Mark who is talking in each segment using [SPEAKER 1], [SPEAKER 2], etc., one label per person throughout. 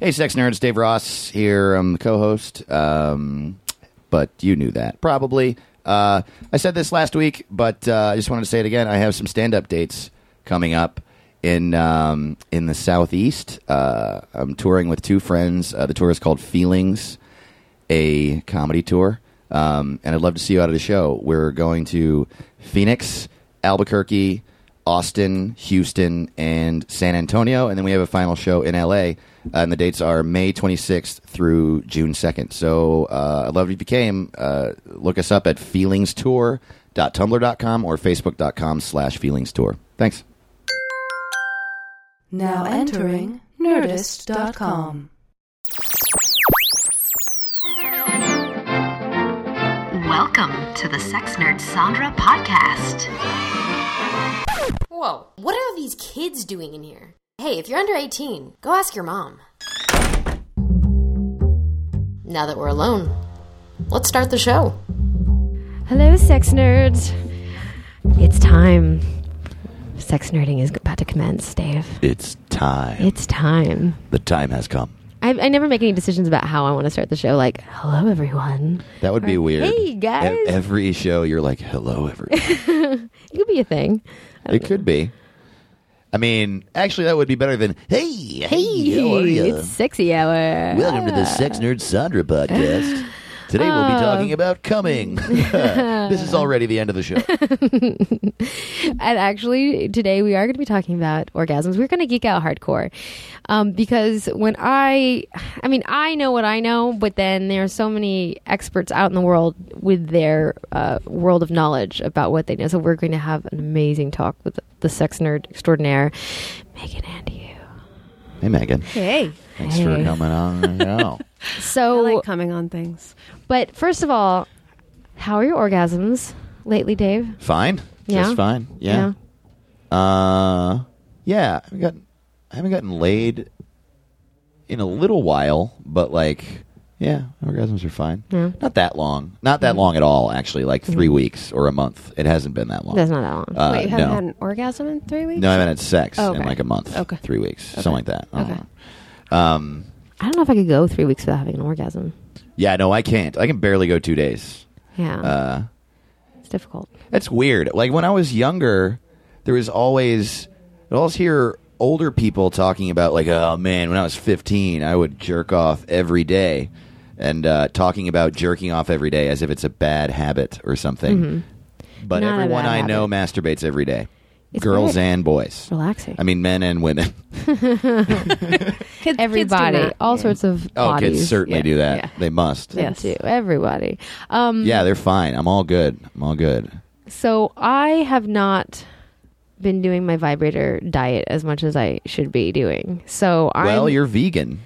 [SPEAKER 1] Hey, sex nerds, Dave Ross here. I'm the co-host, um, but you knew that probably. Uh, I said this last week, but uh, I just wanted to say it again. I have some stand-up dates coming up in um, in the southeast. Uh, I'm touring with two friends. Uh, the tour is called Feelings, a comedy tour, um, and I'd love to see you out at a show. We're going to Phoenix, Albuquerque, Austin, Houston, and San Antonio, and then we have a final show in LA. uh, and the dates are May 26th through June 2nd. So uh, I'd love if you came. Uh, look us up at feelingstour.tumblr.com or facebook.com slash feelingstour. Thanks.
[SPEAKER 2] Now entering Nerdist.com.
[SPEAKER 3] Welcome to the Sex Nerd Sandra podcast.
[SPEAKER 4] Whoa, what are all these kids doing in here? Hey, if you're under 18, go ask your mom. Now that we're alone, let's start the show.
[SPEAKER 5] Hello, sex nerds. It's time. Sex nerding is about to commence, Dave.
[SPEAKER 1] It's time.
[SPEAKER 5] It's time.
[SPEAKER 1] the time has come.
[SPEAKER 5] I, I never make any decisions about how I want to start the show. Like, hello, everyone.
[SPEAKER 1] That would be
[SPEAKER 5] Or,
[SPEAKER 1] weird.
[SPEAKER 5] "Hey,
[SPEAKER 1] E-
[SPEAKER 5] guys."
[SPEAKER 1] every show, you're like, hello, everyone.
[SPEAKER 5] It could be a thing.
[SPEAKER 1] it could be. I mean, actually, that would be better than, hey, hey, how are ya?
[SPEAKER 5] it's sexy hour.
[SPEAKER 1] Welcome to the Sex Nerd Sandra podcast. Today we'll be talking about coming. this is already the end of the show.
[SPEAKER 5] And actually, today we are going to be talking about orgasms. We're going to geek out hardcore um, because when I, I mean, I know what I know, but then there are so many experts out in the world with their uh, world of knowledge about what they know. So we're going to have an amazing talk with the sex nerd extraordinaire, Megan Andy.
[SPEAKER 1] Hey, Megan.
[SPEAKER 6] Hey.
[SPEAKER 1] Thanks for coming on. the show.
[SPEAKER 5] So,
[SPEAKER 6] I like coming on things.
[SPEAKER 5] but first of all, how are your orgasms lately, Dave?
[SPEAKER 1] Fine.
[SPEAKER 5] Yeah.
[SPEAKER 1] Just fine. Yeah. Uh, yeah. I haven't gotten, I haven't gotten laid in a little while, but like, yeah, orgasms are fine. Not that long. Not
[SPEAKER 6] Mm.
[SPEAKER 1] that long at all, actually. Like 3 weeks or a month. It hasn't been that long.
[SPEAKER 5] That's not that long.
[SPEAKER 1] Uh,
[SPEAKER 6] Mm-hmm. Wait, you haven't
[SPEAKER 1] no.
[SPEAKER 6] had an orgasm in three weeks?
[SPEAKER 1] No, I haven't had sex
[SPEAKER 6] Oh,
[SPEAKER 1] in
[SPEAKER 6] okay.
[SPEAKER 1] like a month.
[SPEAKER 6] Okay.
[SPEAKER 1] Three weeks. Something like that. Uh-huh. I don't
[SPEAKER 6] Okay.
[SPEAKER 1] know. Um,
[SPEAKER 5] I don't know if I could go three weeks without having an orgasm.
[SPEAKER 1] yeah, no, I can't. I can barely go two days.
[SPEAKER 5] Yeah,
[SPEAKER 1] Uh,
[SPEAKER 5] it's difficult.
[SPEAKER 1] that's weird. Like when I was younger, there was always, I always hear older people talking about like, oh man, when I was 15, I would jerk off every day. And uh, talking about jerking off every day as if it's a bad habit or something. But
[SPEAKER 5] Mm-hmm. Not a
[SPEAKER 1] everyone
[SPEAKER 5] bad
[SPEAKER 1] I know masturbates every day.
[SPEAKER 5] It's
[SPEAKER 1] Girls
[SPEAKER 5] weird.
[SPEAKER 1] and boys.
[SPEAKER 5] Relaxing.
[SPEAKER 1] I mean, men and women.
[SPEAKER 6] Kids- kids do
[SPEAKER 5] everybody,
[SPEAKER 6] that.
[SPEAKER 5] all sorts of
[SPEAKER 1] Oh,
[SPEAKER 5] bodies.
[SPEAKER 1] kids certainly
[SPEAKER 6] Yeah.
[SPEAKER 1] do that.
[SPEAKER 6] Yeah.
[SPEAKER 1] They must.
[SPEAKER 6] Yeah.
[SPEAKER 5] Yes. everybody. Um,
[SPEAKER 1] Yeah, they're fine. I'm all good. I'm all good.
[SPEAKER 5] So I have not been doing my vibrator diet as much as I should be doing. So I
[SPEAKER 1] Well, you're vegan.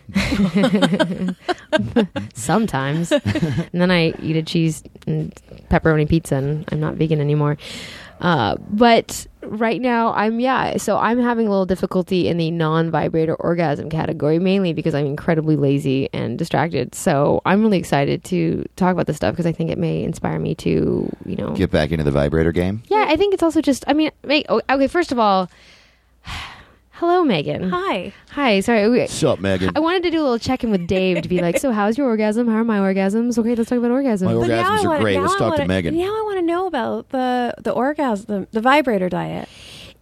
[SPEAKER 5] sometimes, and then I eat a cheese and pepperoni pizza, and I'm not vegan anymore. Uh, but right now, I'm yeah. So I'm having a little difficulty in the non-vibrator orgasm category, mainly because I'm incredibly lazy and distracted. So I'm really excited to talk about this stuff because I think it may inspire me to, you know,
[SPEAKER 1] Get back into the vibrator game.
[SPEAKER 5] Yeah, I think it's also just. I mean, make, oh, okay. First of all, hello, Megan.
[SPEAKER 6] Hi.
[SPEAKER 5] Hi. Sorry. we-
[SPEAKER 1] Sup, Megan?
[SPEAKER 5] I wanted to do a little check in with Dave to be like, so how's your orgasm? How are my orgasms? Okay, let's talk about orgasm.
[SPEAKER 1] My orgasms
[SPEAKER 6] now
[SPEAKER 1] are
[SPEAKER 6] I wanna-
[SPEAKER 1] great.
[SPEAKER 6] now
[SPEAKER 1] Let's
[SPEAKER 6] I
[SPEAKER 1] talk to
[SPEAKER 6] wanna-
[SPEAKER 1] Megan.
[SPEAKER 6] Now I want to know about the the orgasm, the, the vibrator diet.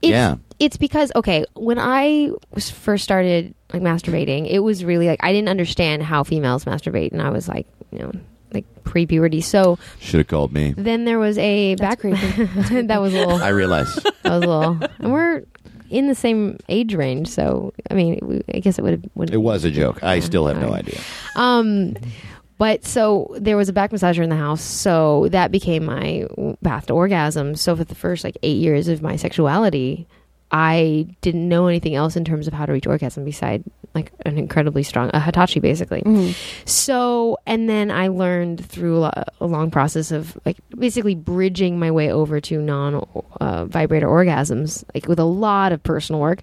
[SPEAKER 5] it's,
[SPEAKER 1] Yeah.
[SPEAKER 5] it's because okay when i was first started like masturbating it was really like i didn't understand how females masturbate and i was like you know like pre-puberty so
[SPEAKER 1] Should have called me.
[SPEAKER 5] then there was a back that was a little
[SPEAKER 1] I realize.
[SPEAKER 5] that was a little and we're in the same age range so i mean we, i guess it would have
[SPEAKER 1] it was a joke. I still have no idea.
[SPEAKER 5] um but so there was a back massager in the house so that became my path to orgasm so for the first like eight years of my sexuality i didn't know anything else in terms of how to reach orgasm beside like an incredibly strong a hitachi basically so and then i learned through a, lo- a long process of like basically bridging my way over to non uh, vibrator orgasms like with a lot of personal work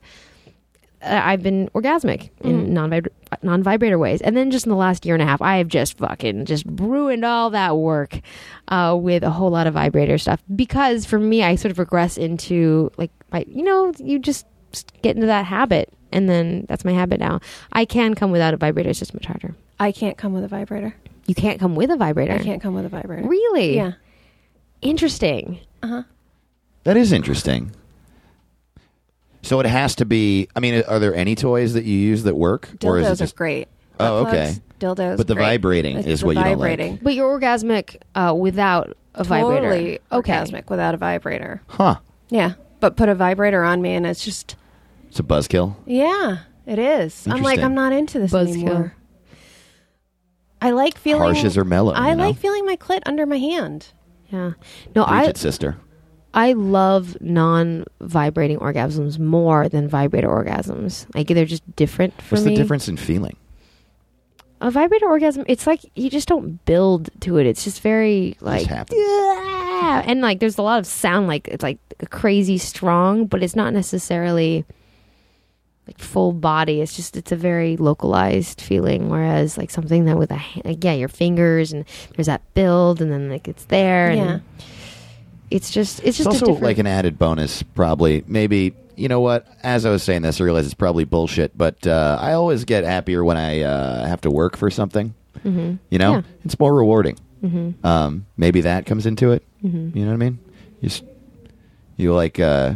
[SPEAKER 5] uh, I've been orgasmic
[SPEAKER 6] Mm-hmm.
[SPEAKER 5] in non non vibrator ways, and then just in the last year and a half, I have just fucking just ruined all that work uh, with a whole lot of vibrator stuff because for me, I sort of regress into like my you know you just get into that habit and then that's my habit now. I can come without a vibrator; it's just much harder.
[SPEAKER 6] I can't come with a vibrator.
[SPEAKER 5] You can't come with a vibrator.
[SPEAKER 6] I can't come with a vibrator.
[SPEAKER 5] Really?
[SPEAKER 6] Yeah.
[SPEAKER 5] Interesting.
[SPEAKER 1] That is interesting. So it has to be. I mean, are there any toys that you use that work, or is
[SPEAKER 6] Dildos
[SPEAKER 1] it just
[SPEAKER 6] are great.
[SPEAKER 1] Oh,
[SPEAKER 6] Butt
[SPEAKER 1] okay.
[SPEAKER 6] plugs, Dildos.
[SPEAKER 1] But the
[SPEAKER 6] great.
[SPEAKER 1] vibrating
[SPEAKER 6] It's
[SPEAKER 1] is
[SPEAKER 6] the
[SPEAKER 1] what you don't like.
[SPEAKER 6] vibrating.
[SPEAKER 5] But you're orgasmic uh, without a vibrator.
[SPEAKER 6] Totally
[SPEAKER 5] okay.
[SPEAKER 6] orgasmic without a vibrator.
[SPEAKER 1] huh?
[SPEAKER 6] Yeah, but put a vibrator on me and it's just
[SPEAKER 1] It's a buzzkill.
[SPEAKER 6] yeah, it is. I'm like
[SPEAKER 1] Interesting.
[SPEAKER 6] I'm not into this
[SPEAKER 5] Buzzkill.
[SPEAKER 6] anymore. I like feeling
[SPEAKER 1] Harshes are mellow,
[SPEAKER 6] I
[SPEAKER 1] you know?
[SPEAKER 6] like feeling my clit under my hand.
[SPEAKER 5] Yeah. No,
[SPEAKER 1] Preach
[SPEAKER 5] I
[SPEAKER 1] it, sister.
[SPEAKER 5] I love non-vibrating orgasms more than vibrator orgasms. Like they're just different for
[SPEAKER 1] What's
[SPEAKER 5] me.
[SPEAKER 1] the difference in feeling?
[SPEAKER 5] A vibrator orgasm, it's like you just don't build to it. It's just very like
[SPEAKER 1] happens.
[SPEAKER 5] "Yeah." and like there's a lot of sound like it's like crazy strong, but it's not necessarily like full body. It's just it's a very localized feeling. Whereas like something that with a ha- like, yeah your fingers and there's that build and then like it's there and
[SPEAKER 6] Yeah.
[SPEAKER 5] it's just it's just
[SPEAKER 1] it's
[SPEAKER 5] a
[SPEAKER 1] also
[SPEAKER 5] different
[SPEAKER 1] like an added bonus, probably. Maybe you know what? As I was saying this, I realize it's probably bullshit, but uh, I always get happier when I uh, have to work for something. Mm-hmm. You know,
[SPEAKER 5] Yeah.
[SPEAKER 1] it's more rewarding. Mm-hmm. Um, maybe that comes into it. Mm-hmm. You know what I mean? You, s- you like uh,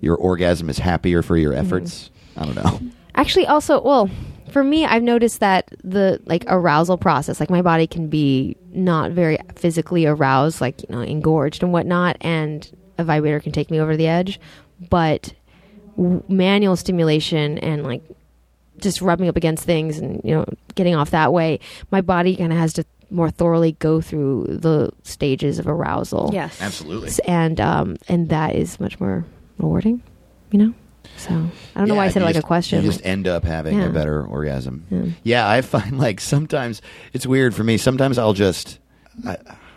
[SPEAKER 1] your orgasm is happier for your efforts. I don't know.
[SPEAKER 5] actually also well for me i've noticed that the like arousal process like my body can be not very physically aroused like you know engorged and whatnot and a vibrator can take me over the edge but w- manual stimulation and like just rubbing up against things and you know getting off that way my body kind of has to more thoroughly go through the stages of arousal
[SPEAKER 6] Yes,
[SPEAKER 1] Absolutely.
[SPEAKER 5] S- and um and that is much more rewarding you know so i don't know why i said it like a question
[SPEAKER 1] You just end up having
[SPEAKER 5] Yeah.
[SPEAKER 1] a better orgasm. Yeah. I find like sometimes it's weird for me. Sometimes I'll just, I,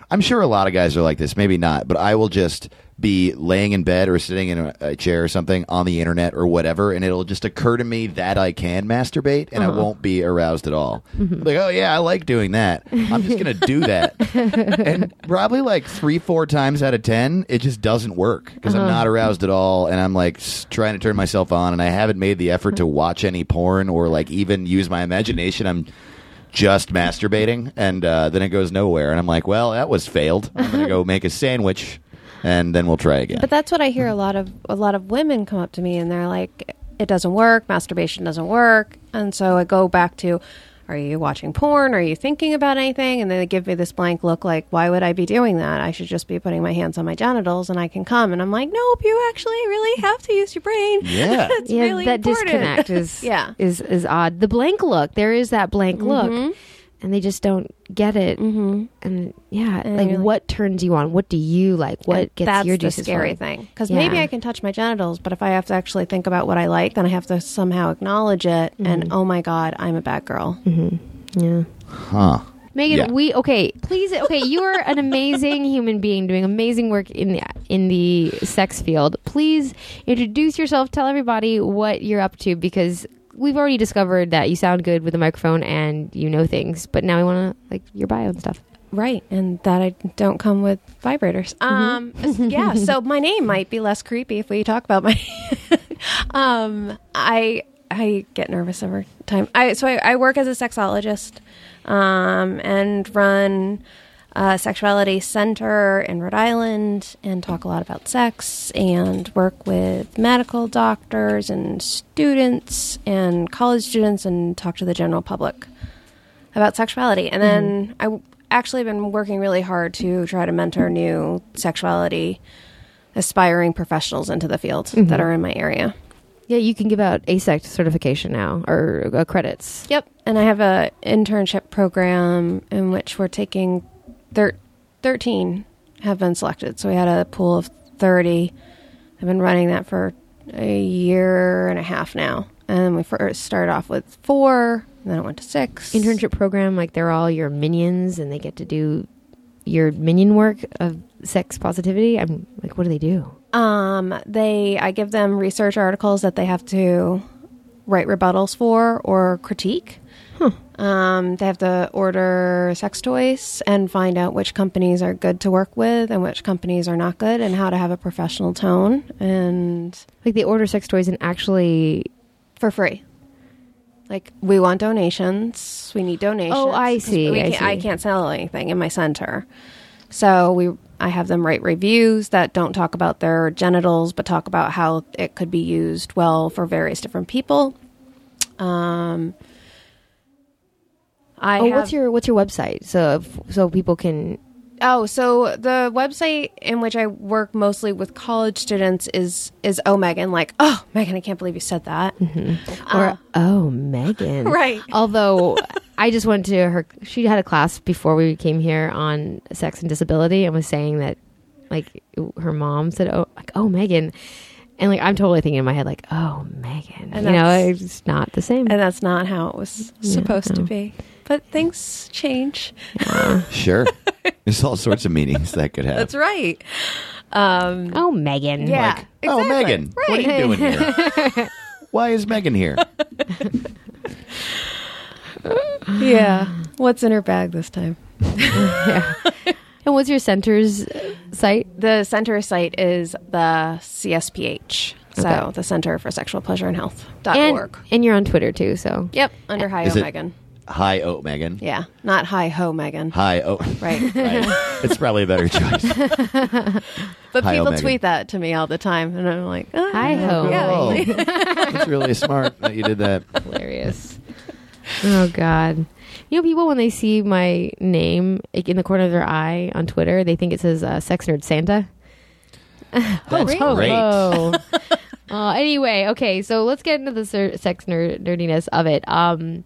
[SPEAKER 1] I'm sure a lot of guys are like this, maybe not, but I will just be laying in bed or sitting in a, a chair or something on the internet or whatever, and it'll just occur to me that I can masturbate and
[SPEAKER 5] Uh-huh.
[SPEAKER 1] I won't be aroused at all.
[SPEAKER 5] Mm-hmm.
[SPEAKER 1] Like, oh yeah, I like doing that. I'm just gonna do that, and probably like three, four times out of ten, it just doesn't work because I'm
[SPEAKER 6] Uh-huh.
[SPEAKER 1] not aroused at all, and I'm like s- trying to turn myself on, and I haven't made the effort to watch any porn or like even use my imagination. I'm just masturbating, and uh, then it goes nowhere, and I'm like, well, that was failed. I'm gonna go make a sandwich, and then we'll try again.
[SPEAKER 6] but that's what I hear a lot of a lot of women come up to me and they're like, "It doesn't work. Masturbation doesn't work." And so I go back to, "Are you watching porn? Are you thinking about anything?" And they give me this blank look, like, "Why would I be doing that? I should just be putting my hands on my genitals and I can come." And I'm like, "Nope, you actually really have to use your brain."
[SPEAKER 1] Yeah.
[SPEAKER 6] It's
[SPEAKER 5] yeah,
[SPEAKER 6] really
[SPEAKER 5] that
[SPEAKER 6] important.
[SPEAKER 5] disconnect is
[SPEAKER 6] Yeah.
[SPEAKER 5] is is odd. The blank look, there is that blank look, and they just don't get it. Mm-hmm. And yeah, like
[SPEAKER 6] you're like-
[SPEAKER 5] what turns you on? What do you like? What
[SPEAKER 6] And
[SPEAKER 5] gets
[SPEAKER 6] that's
[SPEAKER 5] your
[SPEAKER 6] the
[SPEAKER 5] juices
[SPEAKER 6] scary
[SPEAKER 5] flowing?
[SPEAKER 6] thing because
[SPEAKER 5] Yeah.
[SPEAKER 6] maybe I can touch my genitals, but if I have to actually think about what I like, then I have to somehow acknowledge it.
[SPEAKER 5] Mm-hmm.
[SPEAKER 6] And oh my god, I'm a bad girl.
[SPEAKER 5] Yeah,
[SPEAKER 1] huh.
[SPEAKER 5] Megan,
[SPEAKER 1] Yeah.
[SPEAKER 5] we okay. Please, okay, you are an amazing human being doing amazing work in the in the sex field. Please introduce yourself. Tell everybody what you're up to because. We've already discovered that you sound good with a microphone and you know things, but now we want to like your bio and stuff.
[SPEAKER 6] Right, and that I don't come with vibrators. Um, yeah, so my name might be less creepy if we talk about my. um, I I get nervous every time. I so I, I work as a sexologist, um, and run a sexuality center in Rhode Island, and talk a lot about sex, and work with medical doctors and students and college students, and talk to the general public about sexuality. And then I w- actually been working really hard to try to mentor new sexuality aspiring professionals into the field that are in my area.
[SPEAKER 5] Yeah, you can give out ASEC certification now or uh, credits.
[SPEAKER 6] Yep. And I have a internship program in which we're taking thir- 13 have been selected. So we had a pool of 30. I've been running that for a year and a half now. And we first started off with four, and then it went to six.
[SPEAKER 5] Internship program, like they're all your minions and they get to do your minion work of sex positivity. I'm like, what do they do?
[SPEAKER 6] Um, they I give them research articles that they have to write rebuttals for or critique. Um, they have to order sex toys and find out which companies are good to work with and which companies are not good, and how to have a professional tone. And
[SPEAKER 5] Like they order sex toys and actually
[SPEAKER 6] for free. Like we want donations. We need donations.
[SPEAKER 5] Oh, I see,
[SPEAKER 6] We
[SPEAKER 5] I
[SPEAKER 6] can't, I
[SPEAKER 5] see.
[SPEAKER 6] can't sell anything in my center, so we. I have them write reviews that don't talk about their genitals, but talk about how it could be used well for various different people. Um, I
[SPEAKER 5] oh,
[SPEAKER 6] have,
[SPEAKER 5] what's your what's your website? So if, so people can.
[SPEAKER 6] Oh, so the website in which I work mostly with college students is is oh Megan like oh Megan I can't believe you said that Uh,
[SPEAKER 5] Or oh, Megan.
[SPEAKER 6] Right.
[SPEAKER 5] Although I just went to her. She had a class before we came here on sex and disability, and was saying that like her mom said oh like oh Megan, and like I'm totally thinking in my head like oh Megan.
[SPEAKER 6] And
[SPEAKER 5] you know,
[SPEAKER 6] that's-
[SPEAKER 5] it's not the same.
[SPEAKER 6] and that's not how it was supposed to
[SPEAKER 5] no.
[SPEAKER 6] be but things change
[SPEAKER 1] Sure. There's all sorts of meanings that could happen.
[SPEAKER 6] that's right um
[SPEAKER 5] oh Megan.
[SPEAKER 6] yeah
[SPEAKER 1] Like, oh,
[SPEAKER 6] exactly.
[SPEAKER 1] Megan, what are
[SPEAKER 6] right
[SPEAKER 1] you doing here? Why is Megan here?
[SPEAKER 6] yeah what's in her bag this time
[SPEAKER 5] And what's your center's site?
[SPEAKER 6] the center site is the CSPH so
[SPEAKER 5] Okay.
[SPEAKER 6] the Center for Sexual Pleasure and Health dot
[SPEAKER 5] And,
[SPEAKER 6] org
[SPEAKER 5] and you're on Twitter too, so
[SPEAKER 6] yep under hi
[SPEAKER 1] Is
[SPEAKER 6] oh
[SPEAKER 1] it-
[SPEAKER 6] Megan
[SPEAKER 1] Hi, oh, Megan.
[SPEAKER 6] yeah not hi ho Megan
[SPEAKER 1] Hi, oh.
[SPEAKER 6] right
[SPEAKER 1] Right. It's probably a better choice.
[SPEAKER 6] But
[SPEAKER 1] Hi,
[SPEAKER 6] people
[SPEAKER 1] Omega.
[SPEAKER 6] tweet that to me all the time, and I'm like, oh,
[SPEAKER 5] Hi ho.
[SPEAKER 1] Oh, it's really smart that you did that.
[SPEAKER 5] hilarious. oh God! You know, people when they see my name like, in the corner of their eye on Twitter, they think it says uh, "Sex Nerd Santa."
[SPEAKER 1] That's great.
[SPEAKER 5] uh, anyway, okay, so let's get into the ser- sex ner- nerdiness of it. Um,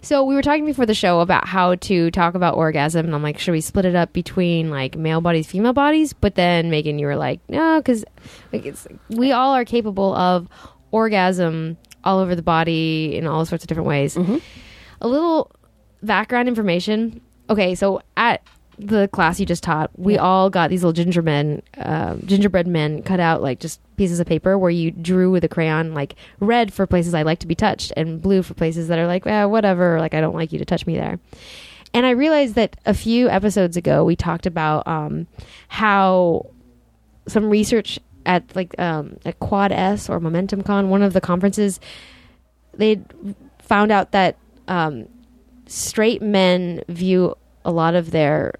[SPEAKER 5] so we were talking before the show about how to talk about orgasm, and I'm like, should we split it up between like male bodies, female bodies? But then Megan, you were like, no, because like, it's- we all are capable of orgasm all over the body in all sorts of different ways. A little background information. Okay, so at the class you just taught, we all got these little ginger men, um, gingerbread men, cut out like just pieces of paper where you drew with a crayon, like red for places I like to be touched, and blue for places that are like, eh, whatever, like I don't like you to touch me there. And I realized that a few episodes ago we talked about um, how some research at like um, at Quad S or Momentum Con, one of the conferences, they found out that um, straight men view a lot of their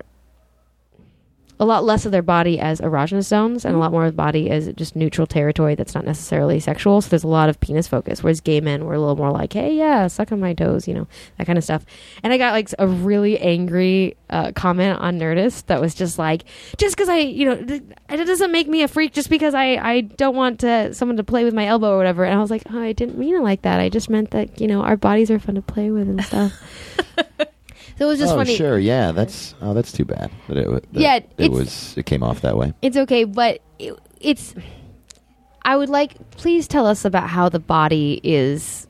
[SPEAKER 5] a lot less of their body as erogenous zones and a lot more of the body as just neutral territory that's not necessarily sexual. So there's a lot of penis focus, whereas gay men were a little more like, hey, yeah, suck on my toes, you know, that kind of stuff. And I got like a really angry uh, comment on Nerdist that was just like, just because I, you know, th- it doesn't make me a freak just because I, I don't want to, someone to play with my elbow or whatever. And I was like, oh, I didn't mean it like that. I just meant that, you know, our bodies are fun to play with and stuff. so it was just
[SPEAKER 1] oh,
[SPEAKER 5] funny.
[SPEAKER 1] sure. Yeah, that's oh, that's too bad that it. wa- That
[SPEAKER 5] Yeah,
[SPEAKER 1] it
[SPEAKER 5] it's-
[SPEAKER 1] was. It came off that way.
[SPEAKER 5] it's okay, but it, it's. I would like, please tell us about how the body is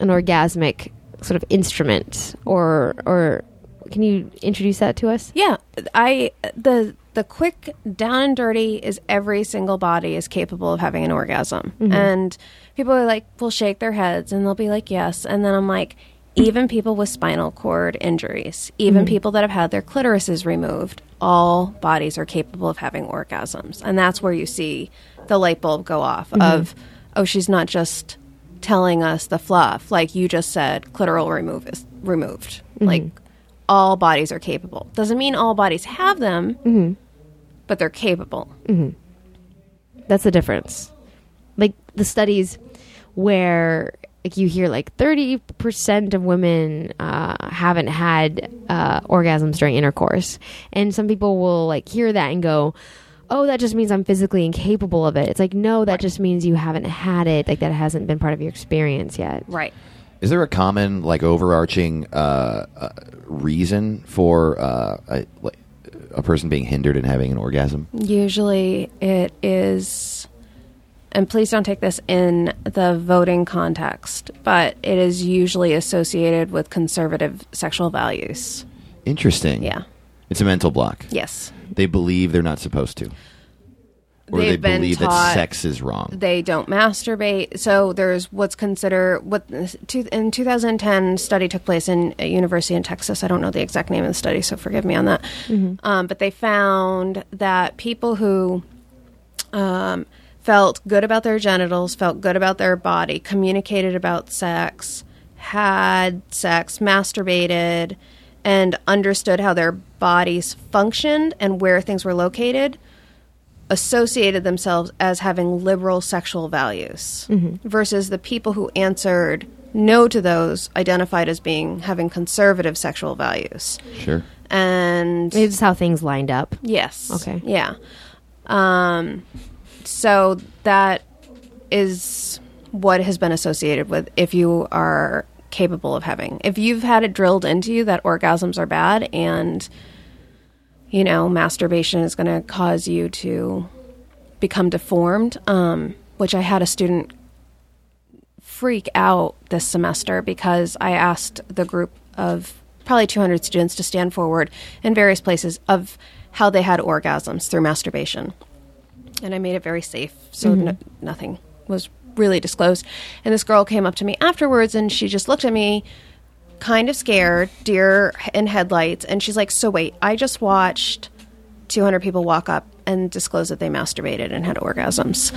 [SPEAKER 5] an orgasmic sort of instrument, or or can you introduce that to us?
[SPEAKER 6] Yeah, I the the quick down and dirty is every single body is capable of having an orgasm, and people are like will shake their heads and they'll be like yes, and then I'm like even people with spinal cord injuries, even people that have had their clitorises removed, all bodies are capable of having orgasms, and that's where you see the light bulb go off of oh she's not just telling us the fluff like you just said clitoral remove is removed like all bodies are capable. Doesn't mean all bodies have them, but they're capable.
[SPEAKER 5] That's the difference. Like the studies where like you hear like 30% of women uh, haven't had uh, orgasms during intercourse. And some people will like hear that and go, oh, that just means I'm physically incapable of it. It's like, no, that just means you haven't had it. Like that hasn't been part of your experience yet.
[SPEAKER 6] Right.
[SPEAKER 1] Is there a common, like, overarching uh, uh, reason for uh, a, like, a person being hindered in having an orgasm?
[SPEAKER 6] Usually it is, and please don't take this in the voting context, but it is usually associated with conservative sexual values.
[SPEAKER 1] Interesting.
[SPEAKER 6] Yeah.
[SPEAKER 1] It's a mental block.
[SPEAKER 6] Yes.
[SPEAKER 1] They believe they're not supposed to, or they
[SPEAKER 6] They've been
[SPEAKER 1] believe that
[SPEAKER 6] taught-
[SPEAKER 1] sex is wrong.
[SPEAKER 6] they don't masturbate. So there's what's considered what two- in 2010 study took place in a university in Texas. I don't know the exact name of the study, so forgive me on that. Um, but they found that people who um, felt good about their genitals, felt good about their body, communicated about sex, had sex, masturbated, and understood how their bodies functioned and where things were located, associated themselves as having liberal sexual values versus the people who answered no to those identified as being having conservative sexual values.
[SPEAKER 1] Sure.
[SPEAKER 6] And
[SPEAKER 5] It's just how things lined up.
[SPEAKER 6] Yes.
[SPEAKER 5] Okay.
[SPEAKER 6] Yeah. Um, so that is what has been associated with if you are capable of having. If you've had it drilled into you that orgasms are bad and you know masturbation is going to cause you to become deformed, um, which I had a student freak out this semester because I asked the group of probably 200 students to stand forward in various places of how they had orgasms through masturbation. And I made it very safe, so no, nothing was really disclosed. And this girl came up to me afterwards and she just looked at me kind of scared, deer in headlights, and she's like, "So wait, I just watched 200 people walk up and disclose that they masturbated and had orgasms."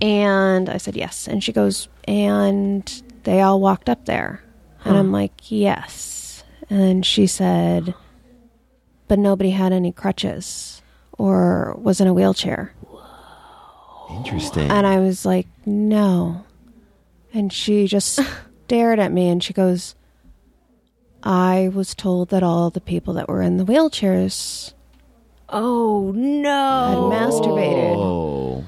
[SPEAKER 6] And I said, "Yes." And she goes, "And they all walked up there." And I'm like, "Yes." And she said, "But nobody had any crutches or was in a wheelchair."
[SPEAKER 1] Interesting.
[SPEAKER 6] And I was like, no. And she just stared at me and she goes, I was told that all the people that were in the wheelchairs
[SPEAKER 5] Oh
[SPEAKER 6] had
[SPEAKER 5] no!
[SPEAKER 6] masturbated
[SPEAKER 1] oh.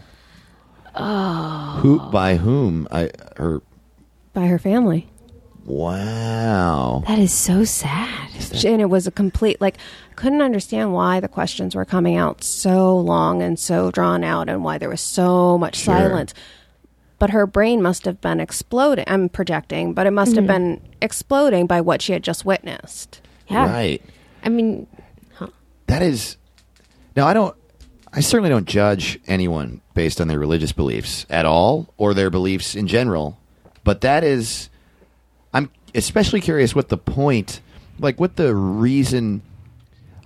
[SPEAKER 1] Who by whom? I her.
[SPEAKER 6] by her family.
[SPEAKER 1] Wow.
[SPEAKER 5] That is so sad.
[SPEAKER 6] She- And it was a complete, like, I couldn't understand why the questions were coming out so long and so drawn out and why there was so much
[SPEAKER 1] Sure.
[SPEAKER 6] silence. But her brain must have been exploding. I'm projecting, but it must have been exploding by what she had just witnessed.
[SPEAKER 5] Yeah.
[SPEAKER 1] Right.
[SPEAKER 5] I mean,
[SPEAKER 1] That is. Now I don't. I certainly don't judge anyone based on their religious beliefs at all, or their beliefs in general. But that is, I'm especially curious what the point, like what the reason.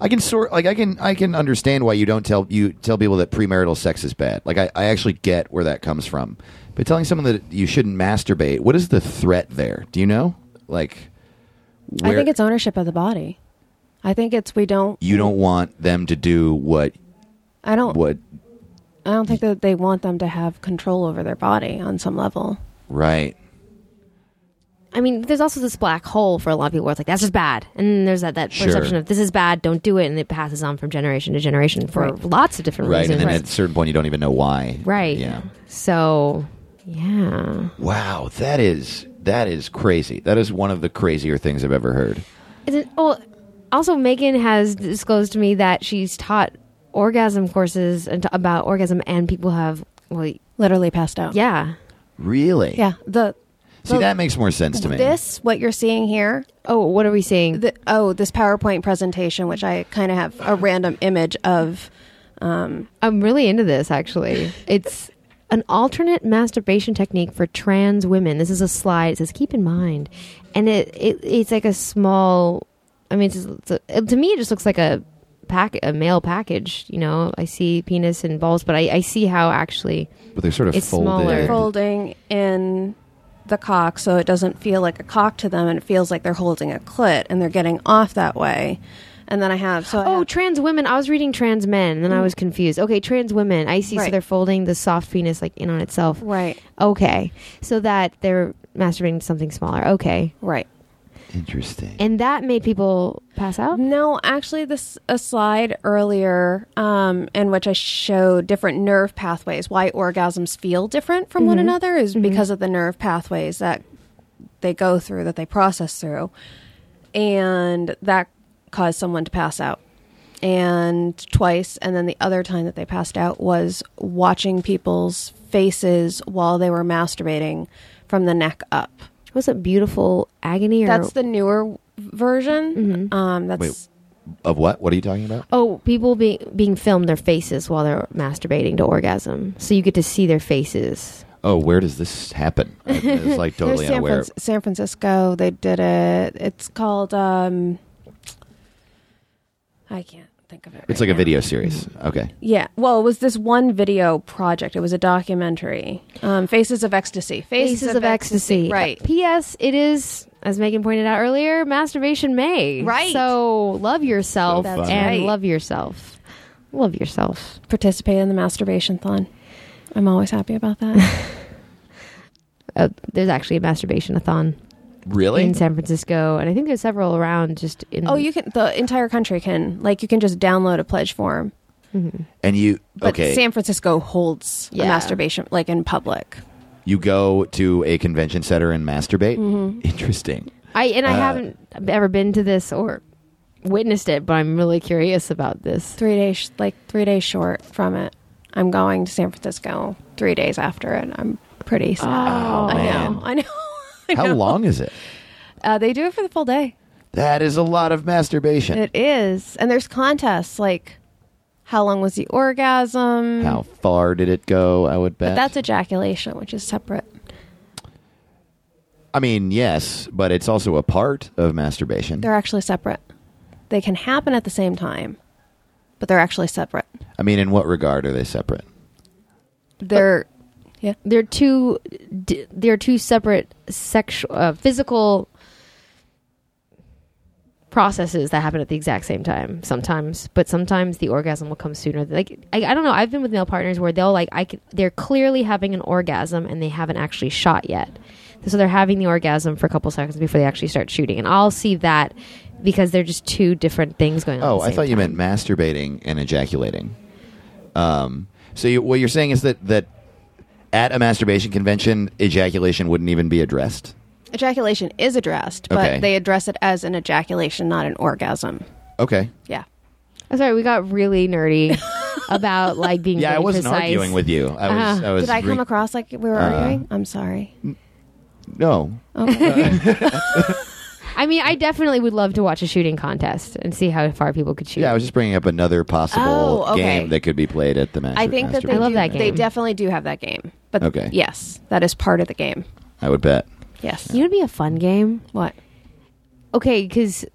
[SPEAKER 1] I can sort like I can I can understand why you don't tell you tell people that premarital sex is bad. Like I, I actually get where that comes from. But telling someone that you shouldn't masturbate, what is the threat there? Do you know? Like,
[SPEAKER 6] I
[SPEAKER 1] where-
[SPEAKER 6] think it's ownership of the body. I think it's we don't.
[SPEAKER 1] you don't want them to do what
[SPEAKER 6] I don't.
[SPEAKER 1] what
[SPEAKER 6] I don't think that they want them to have control over their body on some level.
[SPEAKER 1] right.
[SPEAKER 5] I mean, there's also this black hole for a lot of people where it's like that's just bad, and then there's that that
[SPEAKER 1] Sure.
[SPEAKER 5] perception of this is bad, don't do it, and it passes on from generation to generation for lots of different
[SPEAKER 1] Right, and
[SPEAKER 5] reasons.
[SPEAKER 1] then at a certain point, you don't even know why.
[SPEAKER 5] right.
[SPEAKER 1] Yeah.
[SPEAKER 5] So, yeah,
[SPEAKER 1] Wow, that is that is crazy. That is one of the crazier things I've ever heard.
[SPEAKER 5] is it? Oh, also, Megan has disclosed to me that she's taught orgasm courses and t- about orgasm, and people have well,
[SPEAKER 6] Literally passed out.
[SPEAKER 5] yeah.
[SPEAKER 1] Really?
[SPEAKER 6] Yeah. The
[SPEAKER 1] See, that makes more sense to me.
[SPEAKER 6] this what you're seeing here.
[SPEAKER 5] Oh, what are we seeing?
[SPEAKER 6] The, oh, this PowerPoint presentation, which I kind of have a random image of.
[SPEAKER 5] I'm really into this actually. It's an alternate masturbation technique for trans women. This is a slide. It says keep in mind, and it, it it's like a small. I mean, it's, it's a, it- to me, it just looks like a pack, a male package. You know, I see penis and balls, but I, I see how actually.
[SPEAKER 1] but they're sort of
[SPEAKER 5] It's
[SPEAKER 1] folded.
[SPEAKER 5] smaller.
[SPEAKER 6] folding in the cock so it doesn't feel like a cock to them and it feels like they're holding a clit and they're getting off that way. And then I have so I
[SPEAKER 5] Oh,
[SPEAKER 6] have-
[SPEAKER 5] trans women. I was reading trans men, and then I was confused. Okay, trans women. I see. So
[SPEAKER 6] Mm-hmm. Right.
[SPEAKER 5] they're folding the soft penis like in on itself.
[SPEAKER 6] right,
[SPEAKER 5] Okay, so that they're masturbating to something smaller. Okay,
[SPEAKER 6] right.
[SPEAKER 1] Interesting.
[SPEAKER 5] and that made people pass out.
[SPEAKER 6] No, actually, this a slide earlier um, in which I showed different nerve pathways. Why orgasms feel different from one another is because of the nerve pathways that they go through, that they process through, and that caused someone to pass out. And twice, and then the other time that they passed out was watching people's faces while they were masturbating from the neck up.
[SPEAKER 5] was it beautiful agony or
[SPEAKER 6] That's the newer version. Um, that's
[SPEAKER 1] Wait. Of what? What are you talking about?
[SPEAKER 5] oh people being being filmed their faces while they're masturbating to orgasm so you get to see their faces
[SPEAKER 1] Oh, where does this happen? I- It's like totally
[SPEAKER 6] There's San,
[SPEAKER 1] unaware.
[SPEAKER 6] Fran- San Francisco. They did it. It's called. Um, I can't think of it.
[SPEAKER 1] It's like
[SPEAKER 6] right
[SPEAKER 1] a
[SPEAKER 6] now.
[SPEAKER 1] video series.
[SPEAKER 6] Mm-hmm.
[SPEAKER 1] Okay.
[SPEAKER 6] Yeah. Well, it was this one video project. It was a documentary. Um, Faces of Ecstasy. Faces,
[SPEAKER 5] Faces of Ecstasy.
[SPEAKER 6] Right.
[SPEAKER 5] P.S. It is, as Megan pointed out earlier, masturbation May.
[SPEAKER 6] Right.
[SPEAKER 5] So love yourself
[SPEAKER 1] So
[SPEAKER 5] and
[SPEAKER 1] fun.
[SPEAKER 6] right.
[SPEAKER 5] love yourself. Love yourself.
[SPEAKER 6] Participate in the masturbation thon. I'm always happy about that.
[SPEAKER 5] Uh, there's actually a masturbation a thon
[SPEAKER 1] Really?
[SPEAKER 5] in San Francisco, and I think there's several around just in.
[SPEAKER 6] oh, you can. The entire country can. Like, you can just download a pledge form.
[SPEAKER 1] and you
[SPEAKER 6] But
[SPEAKER 1] okay?
[SPEAKER 6] San Francisco holds a
[SPEAKER 5] Yeah.
[SPEAKER 6] masturbation, like in public.
[SPEAKER 1] you go to a convention center and masturbate.
[SPEAKER 6] Mm-hmm.
[SPEAKER 1] Interesting.
[SPEAKER 5] I and I
[SPEAKER 1] Uh,
[SPEAKER 5] haven't ever been to this or witnessed it, but I'm really curious about this.
[SPEAKER 6] Three days, like three days short from it. I'm going to San Francisco three days after it. I'm pretty sad.
[SPEAKER 1] Oh,
[SPEAKER 6] I
[SPEAKER 1] man.
[SPEAKER 6] know. I know. I
[SPEAKER 1] How
[SPEAKER 6] know.
[SPEAKER 1] long is it?
[SPEAKER 6] Uh, they do it for the full day.
[SPEAKER 1] That is a lot of masturbation.
[SPEAKER 6] It is. And there's contests like how long was the orgasm?
[SPEAKER 1] How far did it go? I would bet.
[SPEAKER 6] But that's ejaculation, which is separate.
[SPEAKER 1] I mean, yes, but it's also a part of masturbation.
[SPEAKER 6] They're actually separate. They can happen at the same time, but they're actually separate.
[SPEAKER 1] I mean, in what regard are they separate?
[SPEAKER 6] They're
[SPEAKER 5] They're two. d- They're two separate sexual, uh, physical processes that happen at the exact same time sometimes but sometimes the orgasm will come sooner like I, I don't know i've been with male partners where they'll like i c- they're clearly having an orgasm and they haven't actually shot yet so they're having the orgasm for a couple seconds before they actually start shooting and i'll see that because they're just two different things going on
[SPEAKER 1] Oh,
[SPEAKER 5] at the
[SPEAKER 1] I
[SPEAKER 5] same
[SPEAKER 1] thought you meant
[SPEAKER 5] time.
[SPEAKER 1] masturbating and ejaculating. Um, so you, what you're saying is that that at a masturbation convention, ejaculation wouldn't even be addressed.
[SPEAKER 6] ejaculation is addressed, but
[SPEAKER 1] Okay.
[SPEAKER 6] they address it as an ejaculation, not an orgasm.
[SPEAKER 1] Okay.
[SPEAKER 6] Yeah.
[SPEAKER 5] I'm sorry, we got really nerdy about like being.
[SPEAKER 1] Yeah, I
[SPEAKER 5] really
[SPEAKER 1] wasn't
[SPEAKER 5] precise.
[SPEAKER 1] arguing with you. I was.
[SPEAKER 5] Ah.
[SPEAKER 1] I was
[SPEAKER 6] Uh-huh. Did I come
[SPEAKER 1] re-
[SPEAKER 6] across like we were arguing? I'm sorry.
[SPEAKER 1] No.
[SPEAKER 5] I mean, I definitely would love to watch a shooting contest and see how far people could shoot.
[SPEAKER 1] Yeah, I was just bringing up another possible
[SPEAKER 6] Oh, okay.
[SPEAKER 1] game that could be played at the master.
[SPEAKER 6] I think that they,
[SPEAKER 5] I love
[SPEAKER 6] do-
[SPEAKER 5] that
[SPEAKER 6] they
[SPEAKER 5] game.
[SPEAKER 6] definitely do have that game. But
[SPEAKER 1] Okay.
[SPEAKER 6] yes, that is part of the game.
[SPEAKER 1] I would bet.
[SPEAKER 6] Yes.
[SPEAKER 5] you know, it'd be a fun game.
[SPEAKER 6] what?
[SPEAKER 5] Okay, because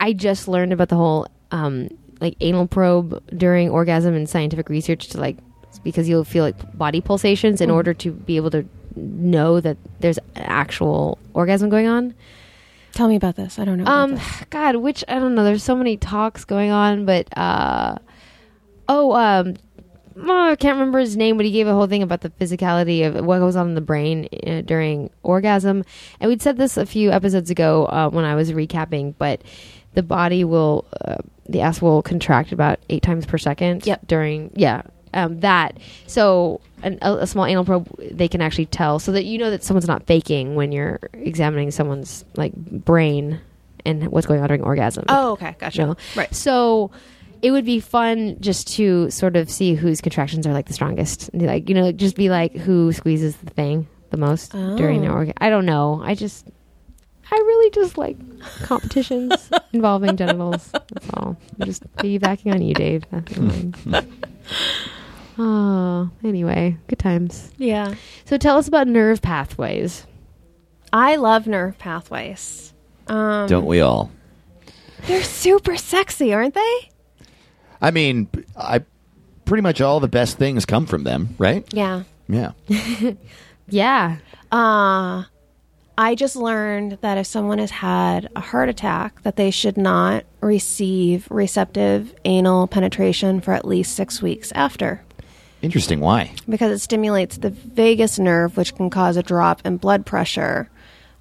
[SPEAKER 5] I just learned about the whole um, like anal probe during orgasm and scientific research to like because you'll feel like body pulsations in order to be able to know that there's an actual orgasm going on.
[SPEAKER 6] Tell me about this. I don't know. about
[SPEAKER 5] Um,
[SPEAKER 6] this.
[SPEAKER 5] God, which I don't know. There's so many talks going on, but uh, oh, um, oh, I can't remember his name, but he gave a whole thing about the physicality of what goes on in the brain uh, during orgasm, and we'd said this a few episodes ago uh, when I was recapping, but the body will, uh, the ass will contract about eight times per second.
[SPEAKER 6] Yep.
[SPEAKER 5] During yeah. Um, that so an, a, a small anal probe they can actually tell so that you know that someone's not faking when you're examining someone's like brain and what's going on during orgasm.
[SPEAKER 6] Oh, okay, gotcha.
[SPEAKER 5] you know?
[SPEAKER 6] Right.
[SPEAKER 5] So it would be fun just to sort of see whose contractions are like the strongest. And, Like you know, just be like who squeezes the thing the most during the orgasm. I don't know. I just. I really just like competitions involving genitals. That's all. I'm just piggybacking on you, Dave. That's mine. oh, anyway, good times.
[SPEAKER 6] Yeah.
[SPEAKER 5] So tell us about nerve pathways.
[SPEAKER 6] I love nerve pathways. Um,
[SPEAKER 1] Don't we all?
[SPEAKER 6] they're super sexy, aren't they?
[SPEAKER 1] I mean, I pretty much all the best things come from them, right?
[SPEAKER 6] Yeah.
[SPEAKER 1] Yeah.
[SPEAKER 5] Yeah.
[SPEAKER 6] Uh, I just learned that if someone has had a heart attack, that they should not receive receptive anal penetration for at least six weeks after
[SPEAKER 1] Interesting. Why?
[SPEAKER 6] because it stimulates the vagus nerve, which can cause a drop in blood pressure,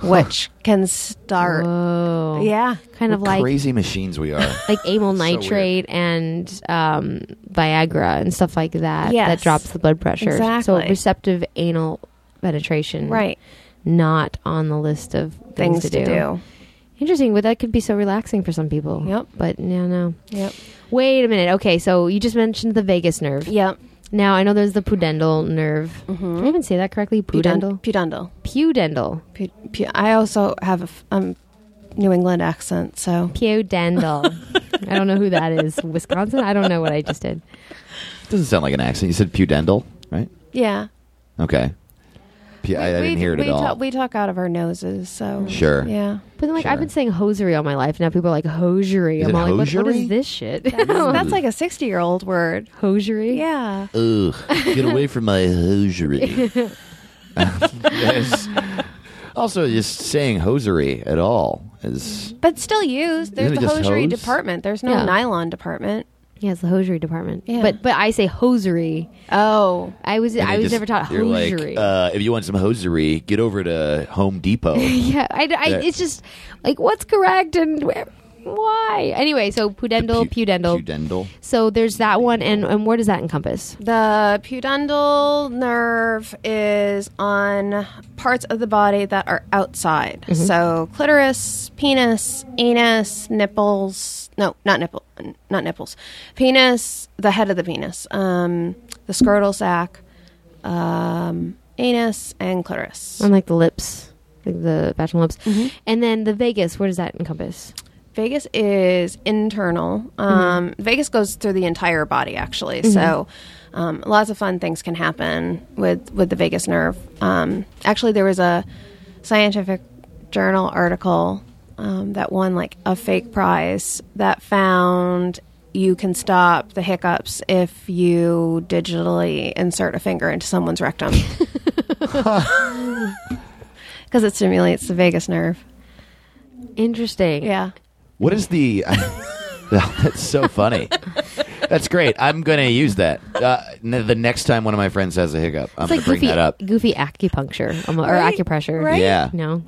[SPEAKER 6] which can start.
[SPEAKER 5] Oh.
[SPEAKER 6] Yeah.
[SPEAKER 5] Kind of like
[SPEAKER 1] Crazy machines we are.
[SPEAKER 5] like amyl
[SPEAKER 1] weird.
[SPEAKER 5] nitrate and um, Viagra and stuff like that
[SPEAKER 6] Yes.
[SPEAKER 5] that drops the blood pressure. So
[SPEAKER 6] Exactly.
[SPEAKER 5] receptive anal penetration,
[SPEAKER 6] Right.
[SPEAKER 5] Not on the list of things,
[SPEAKER 6] Things, to, do.
[SPEAKER 5] Interesting, but that could be so relaxing for some people.
[SPEAKER 6] Yep.
[SPEAKER 5] But no, no.
[SPEAKER 6] Yep.
[SPEAKER 5] Wait a minute. Okay, so you just mentioned the vagus nerve.
[SPEAKER 6] Yep.
[SPEAKER 5] Now I know there's the pudendal nerve.
[SPEAKER 6] Mm-hmm.
[SPEAKER 5] Did I even say that correctly? Pudendal.
[SPEAKER 6] Pudendal.
[SPEAKER 5] Pudendal.
[SPEAKER 6] Pu- pu- I also have a f- um, New England accent, so
[SPEAKER 5] Pudendal. I don't know who that is. Wisconsin. I don't know what I just did.
[SPEAKER 1] Doesn't sound like an accent. You said pudendal, right?
[SPEAKER 6] yeah.
[SPEAKER 1] Okay. p- I, I didn't hear it
[SPEAKER 6] we
[SPEAKER 1] at all.
[SPEAKER 6] Talk, we talk out of our noses, so
[SPEAKER 1] Sure.
[SPEAKER 6] yeah.
[SPEAKER 5] But then, like,
[SPEAKER 1] Sure.
[SPEAKER 5] I've been saying hosiery all my life. Now people are like, hosiery.
[SPEAKER 1] Is it
[SPEAKER 5] I'm all like, what, what
[SPEAKER 1] hosiery?
[SPEAKER 5] is this shit?
[SPEAKER 6] That's like a sixty-year-old word.
[SPEAKER 5] hosiery?
[SPEAKER 6] Yeah,
[SPEAKER 1] Ugh, get away from my hosiery. Yes. Also, just saying hosiery at all is
[SPEAKER 6] but still used. There's
[SPEAKER 1] Isn't it
[SPEAKER 6] the
[SPEAKER 1] just
[SPEAKER 6] hosiery
[SPEAKER 1] hose?
[SPEAKER 6] department. There's no
[SPEAKER 5] Yeah.
[SPEAKER 6] nylon department.
[SPEAKER 5] Yeah, it's the hosiery department.
[SPEAKER 6] Yeah.
[SPEAKER 5] But but I say hosiery.
[SPEAKER 6] Oh,
[SPEAKER 5] I was I was
[SPEAKER 1] just-
[SPEAKER 5] never taught
[SPEAKER 1] you're like,
[SPEAKER 5] hosiery.
[SPEAKER 1] uh, if you want some hosiery, get over to Home Depot.
[SPEAKER 5] yeah, I, I-
[SPEAKER 1] that-
[SPEAKER 5] it's just like what's correct and where, why. Anyway, so pudendal,
[SPEAKER 1] Pu-
[SPEAKER 5] pudendal.
[SPEAKER 1] Pudendal.
[SPEAKER 5] So there's that one, and and where does that encompass?
[SPEAKER 6] the pudendal nerve is on parts of the body that are outside. So clitoris, penis, anus, nipples. No, not nipple, not nipples. Penis, the head of the penis, um, the scrotal sac, um, anus, and clitoris.
[SPEAKER 5] On like the lips, like the vaginal lips,
[SPEAKER 6] Mm-hmm.
[SPEAKER 5] and then the vagus. Where does that encompass?
[SPEAKER 6] Vegas is internal. Um, Vegas goes through the entire body, actually. So, um, lots of fun things can happen with with the vagus nerve. Um, actually, there was a scientific journal article um, that won like a fake prize that found you can stop the hiccups if you digitally insert a finger into someone's rectum because it stimulates the vagus nerve.
[SPEAKER 5] Interesting.
[SPEAKER 6] Yeah.
[SPEAKER 1] What is the? that's so funny. That's great. I'm gonna use that uh, n- the next time one of my friends has a hiccup. I'm
[SPEAKER 5] It's like
[SPEAKER 1] gonna bring
[SPEAKER 5] goofy,
[SPEAKER 1] that up.
[SPEAKER 5] goofy acupuncture um, or
[SPEAKER 6] Right,
[SPEAKER 5] acupressure.
[SPEAKER 6] right?
[SPEAKER 1] Yeah.
[SPEAKER 5] No.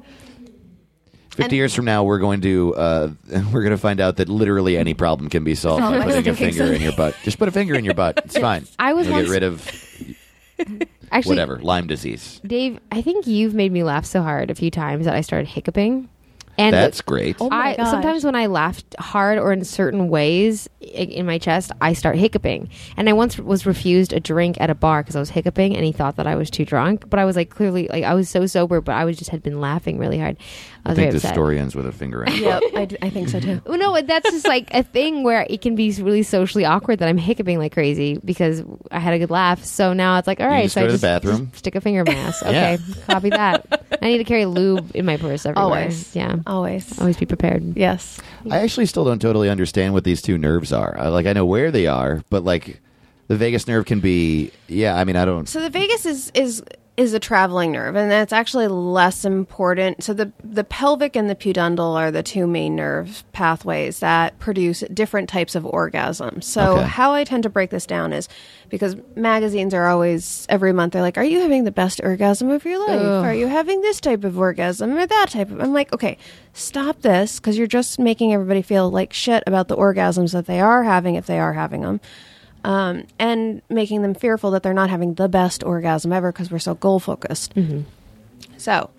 [SPEAKER 1] Fifty years from now, we're going to uh, we're going to find out that literally any problem can be solved
[SPEAKER 5] Oh,
[SPEAKER 1] by putting a finger in your butt. Just put a finger in your butt. It's fine.
[SPEAKER 5] I was
[SPEAKER 1] You'll get
[SPEAKER 5] once-
[SPEAKER 1] rid of
[SPEAKER 5] Actually,
[SPEAKER 1] whatever Lyme disease.
[SPEAKER 5] Dave, I think you've made me laugh so hard a few times that I started hiccuping. And
[SPEAKER 1] That's great.
[SPEAKER 5] I
[SPEAKER 6] gosh.
[SPEAKER 5] sometimes when I laugh hard or in certain ways i- in my chest, I start hiccuping. And I once was refused a drink at a bar because I was hiccuping, and he thought that I was too drunk. But I was like, clearly, like I was so sober, but I was just had been laughing really hard. I
[SPEAKER 1] I
[SPEAKER 5] was
[SPEAKER 1] think
[SPEAKER 5] very
[SPEAKER 1] this
[SPEAKER 5] upset.
[SPEAKER 1] story ends with a finger in. your butt.
[SPEAKER 6] Yep, I, d- I think so too.
[SPEAKER 5] Well, no, that's just like a thing where it can be really socially awkward that I'm hiccuping like crazy because I had a good laugh. So now it's like, all right,
[SPEAKER 1] just
[SPEAKER 5] so
[SPEAKER 1] go
[SPEAKER 5] I
[SPEAKER 1] to the
[SPEAKER 5] just,
[SPEAKER 1] bathroom.
[SPEAKER 5] just stick a finger in my ass. Okay, copy that. I need to carry lube in my purse everywhere.
[SPEAKER 6] Always.
[SPEAKER 5] yeah,
[SPEAKER 6] Always.
[SPEAKER 5] always be prepared.
[SPEAKER 6] Yes.
[SPEAKER 1] I actually still don't totally understand what these two nerves are. I, like I know where they are, but like the vagus nerve can be. Yeah, I mean I don't.
[SPEAKER 6] So the vagus is is is a traveling nerve, and that's actually less important. So the the pelvic and the pudendal are the two main nerve pathways that produce different types of orgasms. So
[SPEAKER 1] Okay.
[SPEAKER 6] how I tend to break this down is because magazines are always every month they're like, "Are you having the best orgasm of your life? Are you having this type of orgasm or that type of?" I'm like, "Okay, stop this because you're just making everybody feel like shit about the orgasms that they are having if they are having them." um, and making them fearful that they're not having the best orgasm ever because we're so goal focused. So,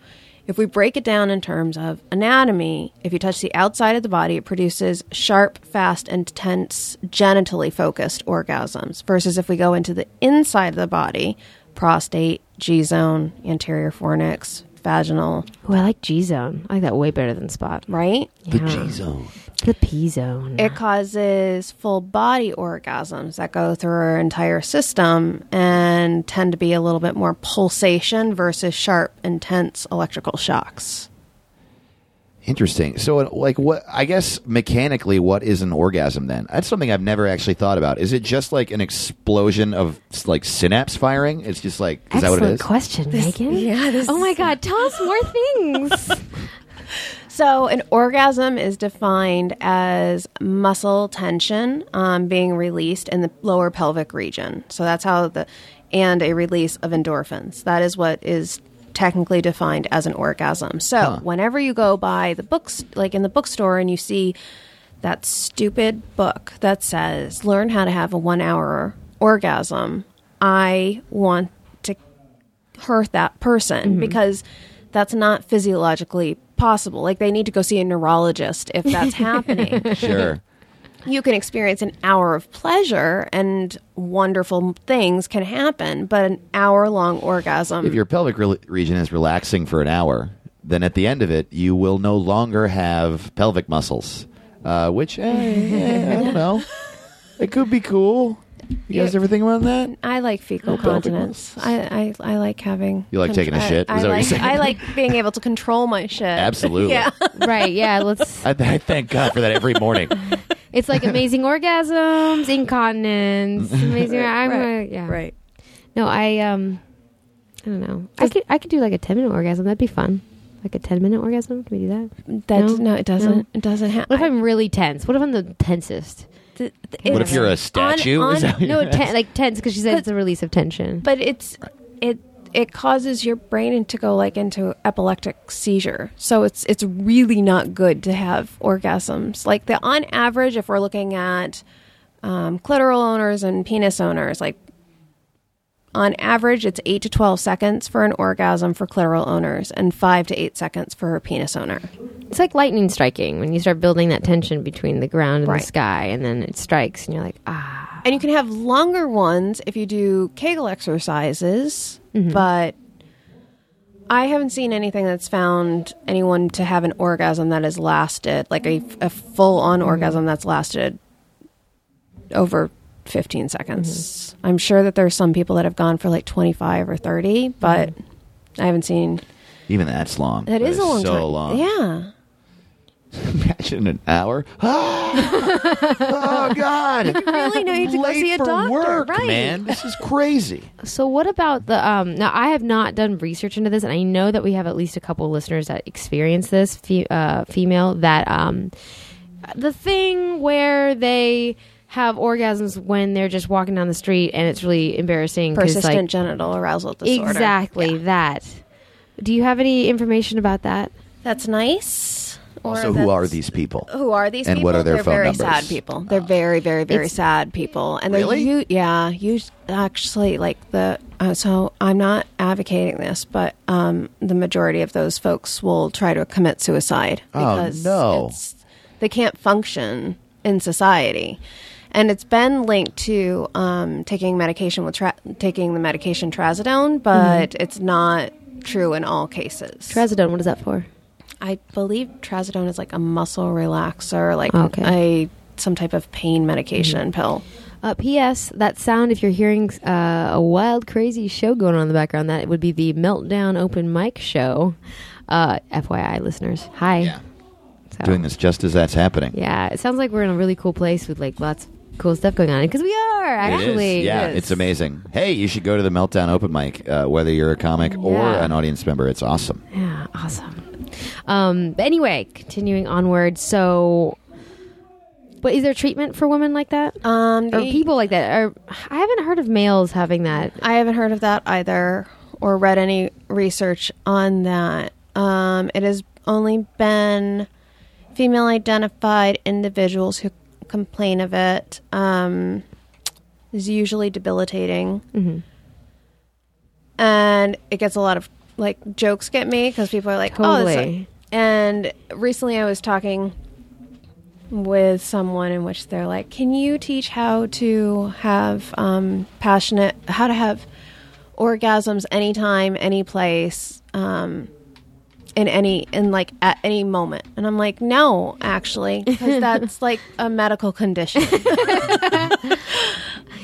[SPEAKER 6] if we break it down in terms of anatomy, if you touch the outside of the body, it produces sharp, fast, intense, genitally focused orgasms, versus if we go into the inside of the body, prostate, G zone, anterior fornix, vaginal,
[SPEAKER 5] Oh, I like G zone. I like that way better than spot.
[SPEAKER 6] right?
[SPEAKER 1] The G zone.
[SPEAKER 5] The P zone.
[SPEAKER 6] It causes full body orgasms that go through our entire system and tend to be a little bit more pulsation versus sharp, intense electrical shocks.
[SPEAKER 1] Interesting. So, like, what I guess mechanically, what is an orgasm then? That's something I've never actually thought about. Is it just like an explosion of like synapse firing? It's just like, is
[SPEAKER 5] Excellent
[SPEAKER 1] that what it is?
[SPEAKER 5] question, Megan. Yeah. oh my God! Tell us more things.
[SPEAKER 6] So, an orgasm is defined as muscle tension um, being released in the lower pelvic region. So, that's how the, and a release of endorphins. That is what is technically defined as an orgasm. So, whenever you go by the books, like in the bookstore, and you see that stupid book that says, learn how to have a one hour orgasm, I want to hurt that person because that's not physiologically possible. Like they need to go see a neurologist if that's happening.
[SPEAKER 1] Sure.
[SPEAKER 6] You can experience an hour of pleasure and wonderful things can happen, but an hour long orgasm.
[SPEAKER 1] if your pelvic re- region is relaxing for an hour, then at the end of it, you will no longer have pelvic muscles, uh, which eh, eh, I don't know. It could be cool. It You guys ever think about that?
[SPEAKER 6] I like fecal
[SPEAKER 1] pelvic
[SPEAKER 6] continence. I, I I like having.
[SPEAKER 1] You like taking a
[SPEAKER 6] I-
[SPEAKER 1] shit? Is that
[SPEAKER 6] I,
[SPEAKER 1] what you're
[SPEAKER 6] like,
[SPEAKER 1] saying?
[SPEAKER 6] I like being able to control my shit.
[SPEAKER 1] Absolutely.
[SPEAKER 6] Yeah.
[SPEAKER 5] right. Yeah. Let's.
[SPEAKER 1] I, I thank God for that every morning.
[SPEAKER 5] It's like amazing orgasms, incontinence, amazing. I'm
[SPEAKER 7] right.
[SPEAKER 5] a, yeah.
[SPEAKER 7] Right.
[SPEAKER 5] No, I um, I don't know. I could I could do like a ten minute orgasm. That'd be fun. Like a ten minute orgasm. Can we do that?
[SPEAKER 6] That's no, it doesn't.
[SPEAKER 5] No.
[SPEAKER 6] It doesn't
[SPEAKER 5] What if
[SPEAKER 6] happen.
[SPEAKER 5] I'm really tense? What if I'm the tensest?
[SPEAKER 1] What if you're a statue? Is that what
[SPEAKER 5] No,
[SPEAKER 1] you're-
[SPEAKER 5] ten, like tense because she said
[SPEAKER 6] But-
[SPEAKER 5] it's a release of tension.
[SPEAKER 6] But it's it it causes your brain to go like into epileptic seizure. So it's it's really not good to have orgasms. Like the on average, if we're looking at um, clitoral owners and penis owners, like on average, it's eight to twelve seconds for an orgasm for clitoral owners, and five to eight seconds for a penis owner.
[SPEAKER 5] it's like lightning striking when you start building that tension between the ground and
[SPEAKER 6] Right.
[SPEAKER 5] the sky, and then it strikes, and you're like, ah,
[SPEAKER 6] And you can have longer ones if you do Kegel exercises, but I haven't seen anything that's found anyone to have an orgasm that has lasted, like a, a full on orgasm that's lasted over 15 seconds. I'm sure that there's some people that have gone for like 25 or 30, but I haven't seen.
[SPEAKER 1] Even that's long.
[SPEAKER 6] Mm-hmm. that is, a long
[SPEAKER 1] so
[SPEAKER 6] time.
[SPEAKER 1] long.
[SPEAKER 6] Yeah.
[SPEAKER 1] Imagine an hour. Ah! oh God!
[SPEAKER 6] Really? No, you have to go
[SPEAKER 1] Late
[SPEAKER 6] see a
[SPEAKER 1] for
[SPEAKER 6] doctor.
[SPEAKER 1] work,
[SPEAKER 6] right.
[SPEAKER 1] man. This is crazy.
[SPEAKER 5] So what about the um now I have not done research into this and I know that we have at least a couple listeners that experience this fe- uh, female that um the thing where they have orgasms when they're just walking down the street and it's really embarrassing 'cause,
[SPEAKER 6] Persistent
[SPEAKER 5] like,
[SPEAKER 6] genital arousal disorder.
[SPEAKER 5] exactly that. Do you have any information about that?
[SPEAKER 6] That's nice. Or
[SPEAKER 1] So who
[SPEAKER 6] that's-
[SPEAKER 1] are these people?
[SPEAKER 6] Who are these
[SPEAKER 1] And
[SPEAKER 6] people?
[SPEAKER 1] what are their
[SPEAKER 6] They're
[SPEAKER 1] phone
[SPEAKER 6] very
[SPEAKER 1] numbers?
[SPEAKER 6] sad people. They're very, very, very
[SPEAKER 5] It's-
[SPEAKER 6] sad people. And
[SPEAKER 1] Really?
[SPEAKER 6] they're you, yeah, you actually like the. Uh, so I'm not advocating this, but um, the majority of those folks will try to commit suicide
[SPEAKER 1] Oh, no.
[SPEAKER 6] it's- they can't function in society. And it's been linked to um, taking medication with tra- taking the medication trazodone, but it's not true in all cases.
[SPEAKER 5] Trazodone, what is that for?
[SPEAKER 6] I believe trazodone is like a muscle relaxer, like
[SPEAKER 5] Okay.
[SPEAKER 6] a some type of pain medication pill.
[SPEAKER 5] Uh, P.S. That sound, if you're hearing uh, a wild, crazy show going on in the background, that would be the Meltdown Open Mic Show. Uh, FYI, listeners. Hi.
[SPEAKER 1] Yeah.
[SPEAKER 5] So,
[SPEAKER 1] Doing this just as that's happening.
[SPEAKER 5] Yeah, it sounds like we're in a really cool place with like lots of cool stuff going on because we are actually.
[SPEAKER 1] it is. Yeah,
[SPEAKER 5] Yes.
[SPEAKER 1] it's amazing. Hey, you should go to the Meltdown open mic, uh, whether you're a comic or
[SPEAKER 5] Yeah.
[SPEAKER 1] an audience member. It's awesome.
[SPEAKER 5] Yeah, awesome. Um, but anyway, continuing onward. So, but is there treatment for women like that
[SPEAKER 6] Um,
[SPEAKER 5] or
[SPEAKER 6] y-
[SPEAKER 5] people like that? Or I haven't heard of males having that.
[SPEAKER 6] I haven't heard of that either, or read any research on that. Um, it has only been female identified individuals who complain of it. Um, is usually debilitating, and it gets a lot of like jokes get made because people are like, "Oh, that's
[SPEAKER 5] Totally.
[SPEAKER 6] And recently I was talking with someone in which they're like, Can you teach how to have um, passionate, how to have orgasms anytime, any place, um, in any, in like at any moment? And I'm like, No, actually, because that's like a medical condition.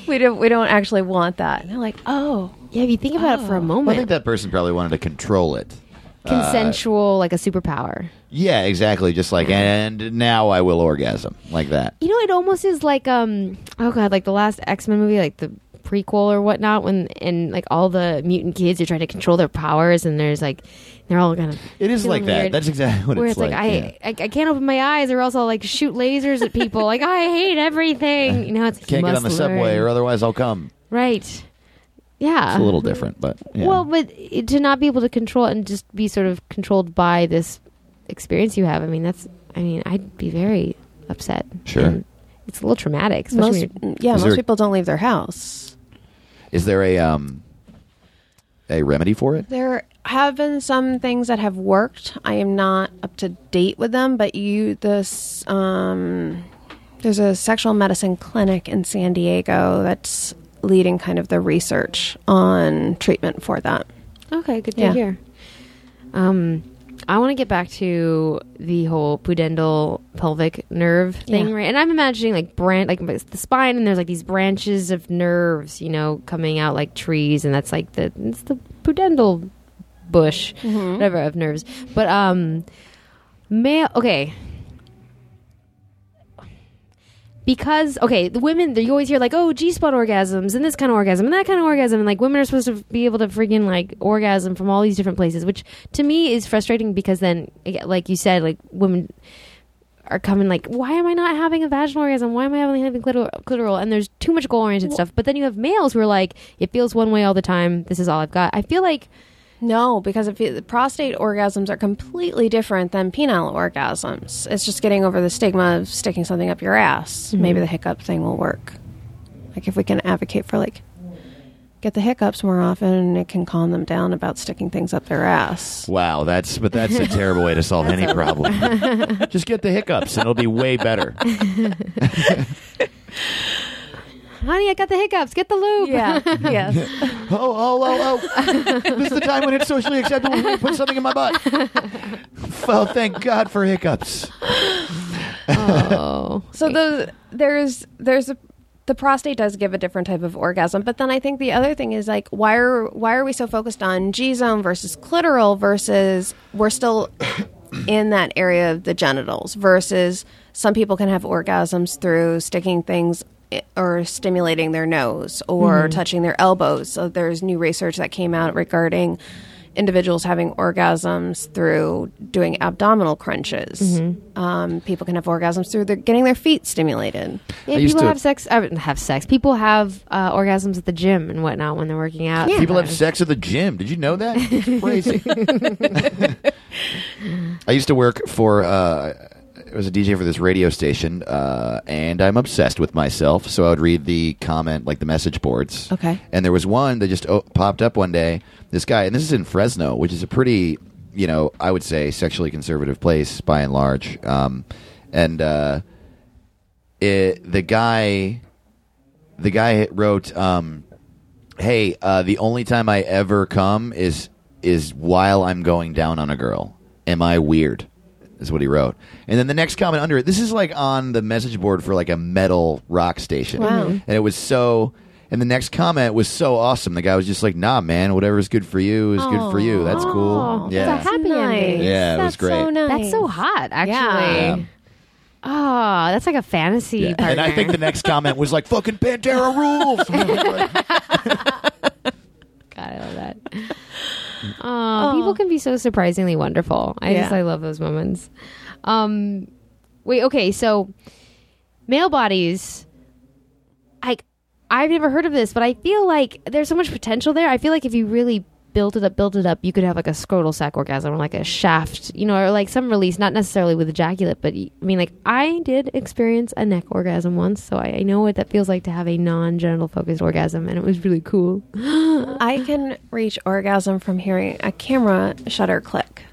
[SPEAKER 6] we don't, we don't actually want that. And they're like, Oh,
[SPEAKER 5] Yeah, if you think about it for a
[SPEAKER 1] I think
[SPEAKER 5] moment,
[SPEAKER 1] that person probably wanted to control it. Uh,
[SPEAKER 5] consensual, like a superpower.
[SPEAKER 1] Yeah, exactly. Just like, and now I will orgasm like that.
[SPEAKER 5] You know, it almost is like um oh god, like the last X Men movie, like the prequel or whatnot, when and like all the mutant kids are trying to control their powers, and there's like they're all kind of
[SPEAKER 1] It is like that.
[SPEAKER 5] weird.
[SPEAKER 1] That's exactly what
[SPEAKER 5] where
[SPEAKER 1] it's,
[SPEAKER 5] it's like, I,
[SPEAKER 1] yeah.
[SPEAKER 5] I I can't open my eyes or else I'll like shoot lasers at people. like I hate everything. You know, it's
[SPEAKER 1] can't get on the subway or otherwise I'll come.
[SPEAKER 5] right. Yeah,
[SPEAKER 1] It's a little different, but yeah.
[SPEAKER 5] Well, but it- to not be able to control it and just be sort of controlled by this experience you have, I mean, that's, I mean, I'd be very upset.
[SPEAKER 1] Sure.
[SPEAKER 5] And it's a little traumatic, especially.
[SPEAKER 6] most,
[SPEAKER 5] when you're-
[SPEAKER 6] yeah,
[SPEAKER 1] Is
[SPEAKER 6] most
[SPEAKER 1] there-
[SPEAKER 6] people don't leave their house.
[SPEAKER 1] is there a um a remedy for it?
[SPEAKER 6] There have been some things that have worked. I am not up to date with them, but you this um, there's a sexual medicine clinic in San Diego that's leading kind of the research on treatment for that.
[SPEAKER 5] okay, good to
[SPEAKER 6] Yeah.
[SPEAKER 5] hear. Um, I want to get back to the whole pudendal pelvic nerve thing,
[SPEAKER 6] Yeah.
[SPEAKER 5] right? And I'm imagining like branch, like the spine, and there's like these branches of nerves, you know, coming out like trees, and that's like the it's the pudendal bush, whatever of nerves. But um, male, okay. Because okay, the women you always hear like oh G spot orgasms and this kind of orgasm and that kind of orgasm and like women are supposed to be able to freaking like orgasm from all these different places, which to me is frustrating because then again, like you said like women are coming like why am I not having a vaginal orgasm? Why am I having having clitor- clitoral? And there's too much goal oriented stuff. But then you have males who are like it feels one way all the time. This is all I've got. I feel like
[SPEAKER 6] No, because if you, the prostate orgasms are completely different than penile orgasms. It's just getting over the stigma of sticking something up your ass. Maybe the hiccup thing will work. Like if we can advocate for like get the hiccups more often, it can calm them down about sticking things up their ass.
[SPEAKER 1] Wow, that's but that's a terrible way to solve any problem. Just get the hiccups and it'll be way better. Oh,
[SPEAKER 5] honey, I got the hiccups. Get the lube.
[SPEAKER 6] yes.
[SPEAKER 1] Oh, oh, oh, oh. this is the time when it's socially acceptable for me to put something in my butt. Well, thank God for hiccups.
[SPEAKER 5] oh.
[SPEAKER 6] So those there's there's a the prostate does give a different type of orgasm, but then I think the other thing is like why are why are we so focused on G zone versus clitoral versus we're still in that area of the genitals versus some people can have orgasms through sticking things i- or stimulating their nose or touching their elbows. So there's new research that came out regarding individuals having orgasms through doing abdominal crunches. Um, people can have orgasms through their, getting their feet stimulated.
[SPEAKER 5] Yeah,
[SPEAKER 1] I used
[SPEAKER 5] people
[SPEAKER 1] to-
[SPEAKER 5] have sex. uh, have sex. People have uh, orgasms at the gym and whatnot when they're working out.
[SPEAKER 1] People have sex at the gym. Did you know that? It's crazy. I used to work for. Uh, I was a DJ for this radio station, uh, and I'm obsessed with myself. So I would read the comment, like the message boards.
[SPEAKER 6] Okay.
[SPEAKER 1] And there was one that just o- popped up one day. This guy, and this is in Fresno, which is a pretty, you know, I would say sexually conservative place by and large. Um, and uh, it, the guy, the guy wrote. Um, hey, uh, the only time I ever come is is while I'm going down on a girl. Am I weird? Is what he wrote. And then the next comment under it, this is like on the message board for like a metal rock station.
[SPEAKER 6] Wow.
[SPEAKER 1] And it was so. And the next comment was so awesome. The guy was just like, "Nah, man, whatever's good for you is good for you. That's cool."
[SPEAKER 5] Aw,
[SPEAKER 1] Yeah,
[SPEAKER 5] that's a happy ending.
[SPEAKER 1] Yeah, it was
[SPEAKER 6] That's so
[SPEAKER 1] great.
[SPEAKER 6] nice.
[SPEAKER 5] That's so hot, actually.
[SPEAKER 6] Yeah.
[SPEAKER 1] Yeah.
[SPEAKER 5] Oh, that's like a fantasy
[SPEAKER 1] Yeah.
[SPEAKER 5] partner.
[SPEAKER 1] And I think the next comment was like, "Fucking Pantera rules."
[SPEAKER 5] God, I love that. Aw, people can be so surprisingly wonderful. I just
[SPEAKER 6] Yeah.
[SPEAKER 5] I love those moments. Um, wait, okay, so male bodies. I I've never heard of this, but I feel like there's so much potential there. I feel like if you really build it up, build it up, you could have like a scrotal sac orgasm or like a shaft, you know, or like some release, not necessarily with ejaculate, but I mean, like I did experience a neck orgasm once, so I, I know what that feels like to have a non-genital focused orgasm, and it was really cool.
[SPEAKER 6] I can reach orgasm from hearing a camera shutter click.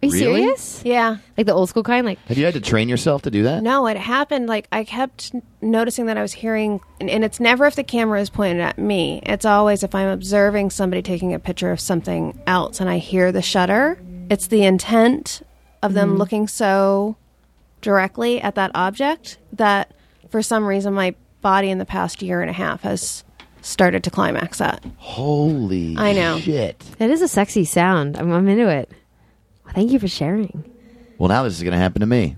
[SPEAKER 5] Are you
[SPEAKER 1] Really?
[SPEAKER 5] serious?
[SPEAKER 6] Yeah.
[SPEAKER 5] Like the old school kind, like
[SPEAKER 1] Have you had to train yourself to do that?
[SPEAKER 6] No, it happened. Like, I kept n- noticing that I was hearing, and, and it's never if the camera is pointed at me. It's always if I'm observing somebody taking a picture of something else and I hear the shutter. It's the intent of them looking so directly at that object that for some reason my body in the past year and a half has started to climax at.
[SPEAKER 1] Holy
[SPEAKER 6] I know.
[SPEAKER 1] shit!
[SPEAKER 5] that is a sexy sound. I'm, I'm into it. Well, thank you for sharing.
[SPEAKER 1] Well, now this is going to happen to me.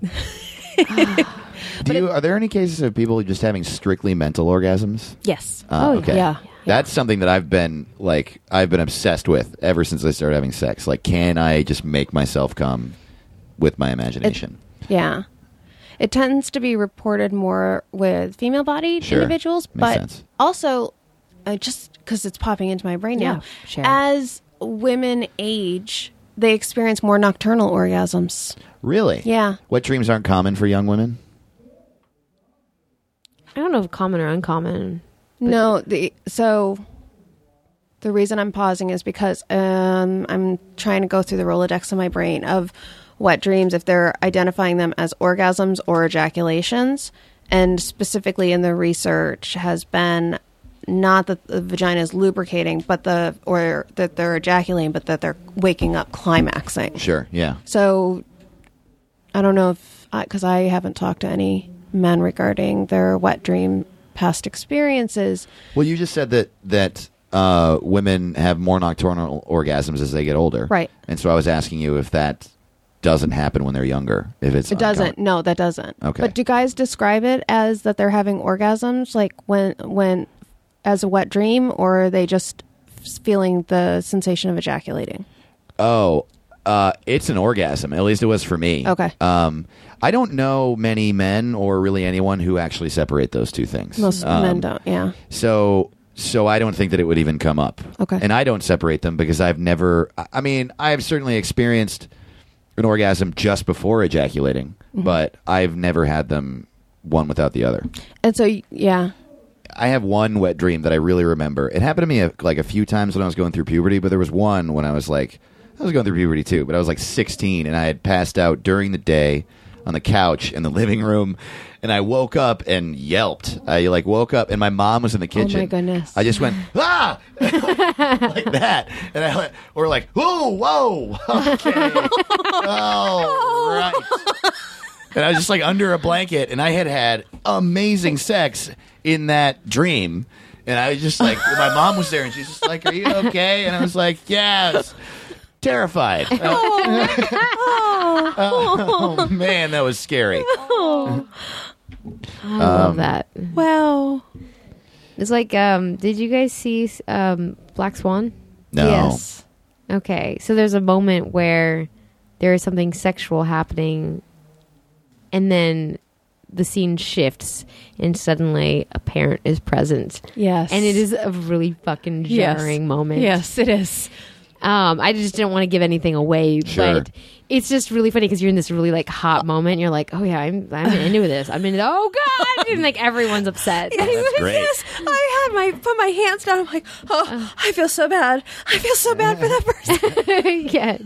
[SPEAKER 1] Do you, are there any cases of people just having strictly mental orgasms?
[SPEAKER 6] Yes.
[SPEAKER 1] Uh,
[SPEAKER 5] Oh,
[SPEAKER 1] okay.
[SPEAKER 6] yeah.
[SPEAKER 1] That's something that I've been like I've been obsessed with ever since I started having sex. Like, can I just make myself come with my imagination?
[SPEAKER 6] Yeah. It tends to be reported more with female bodied
[SPEAKER 1] Sure.
[SPEAKER 6] individuals,
[SPEAKER 1] Makes
[SPEAKER 6] but
[SPEAKER 1] sense.
[SPEAKER 6] also uh, just because it's popping into my brain
[SPEAKER 5] Yeah,
[SPEAKER 6] now.
[SPEAKER 5] sure.
[SPEAKER 6] As women age, they experience more nocturnal orgasms.
[SPEAKER 1] really?
[SPEAKER 6] Yeah.
[SPEAKER 1] What dreams aren't common for young women?
[SPEAKER 5] I don't know if common or uncommon.
[SPEAKER 6] no, the so the reason I'm pausing is because um, I'm trying to go through the Rolodex in my brain of what dreams, if they're identifying them as orgasms or ejaculations. And specifically in the research has been not that the vagina is lubricating, but the or that they're ejaculating, but that they're waking up climaxing.
[SPEAKER 1] Sure. Yeah.
[SPEAKER 6] So I don't know if because I haven't talked to any men regarding their wet dream past experiences.
[SPEAKER 1] Well, you just said that that uh, women have more nocturnal orgasms as they get older,
[SPEAKER 6] Right.
[SPEAKER 1] And so I was asking you if that doesn't happen when they're younger. If it's
[SPEAKER 6] It doesn't.
[SPEAKER 1] uncommon.
[SPEAKER 6] No, that doesn't.
[SPEAKER 1] Okay.
[SPEAKER 6] But do guys describe it as that they're having orgasms, like when when as a wet dream, or are they just feeling the sensation of ejaculating?
[SPEAKER 1] Oh, uh, it's an orgasm. At least it was for me.
[SPEAKER 6] Okay.
[SPEAKER 1] Um, I don't know many men or really anyone who actually separate those two things.
[SPEAKER 6] Most
[SPEAKER 1] Um,
[SPEAKER 6] men don't. Yeah.
[SPEAKER 1] So so I don't think that it would even come up.
[SPEAKER 6] Okay.
[SPEAKER 1] And I don't separate them because I've never I- I mean, I've certainly experienced an orgasm just before ejaculating, but I've never had them one without the other.
[SPEAKER 6] And so y- yeah.
[SPEAKER 1] I have one wet dream that I really remember. It happened to me a, like a few times when I was going through puberty, but there was one when I was like, I was going through puberty too, but I was like 16 and I had passed out during the day on the couch in the living room and I woke up and yelped. I like woke up and my mom was in the kitchen.
[SPEAKER 6] goodness.
[SPEAKER 1] I just went, ah! like that. And I went, or like, whoa, whoa. Okay. All right. And I was just like under a blanket, and I had had amazing sex in that dream. And I was just like, my mom was there, and she's just like, "Are you okay?" And I was like, "Yes." Terrified. Oh, oh, man, that was scary.
[SPEAKER 5] I
[SPEAKER 6] Um,
[SPEAKER 5] love that.
[SPEAKER 6] Wow.
[SPEAKER 5] It's like, um, did you guys see um, Black Swan?
[SPEAKER 1] No.
[SPEAKER 6] Yes.
[SPEAKER 5] Okay, so there's a moment where there is something sexual happening, and then the scene shifts, and suddenly a parent is present,
[SPEAKER 6] Yes.
[SPEAKER 5] and it is a really fucking jarring moment.
[SPEAKER 6] Yes, it is.
[SPEAKER 5] Um, I just didn't want to give anything away,
[SPEAKER 1] Sure.
[SPEAKER 5] but it's just really funny because you're in this really like hot moment. And you're like, oh yeah, I'm I'm into this. I'm into. Oh god, and like everyone's upset.
[SPEAKER 1] That's great.
[SPEAKER 6] I had my put my hands down. I'm like, oh, I feel so bad. I feel so bad for that person.
[SPEAKER 5] yeah,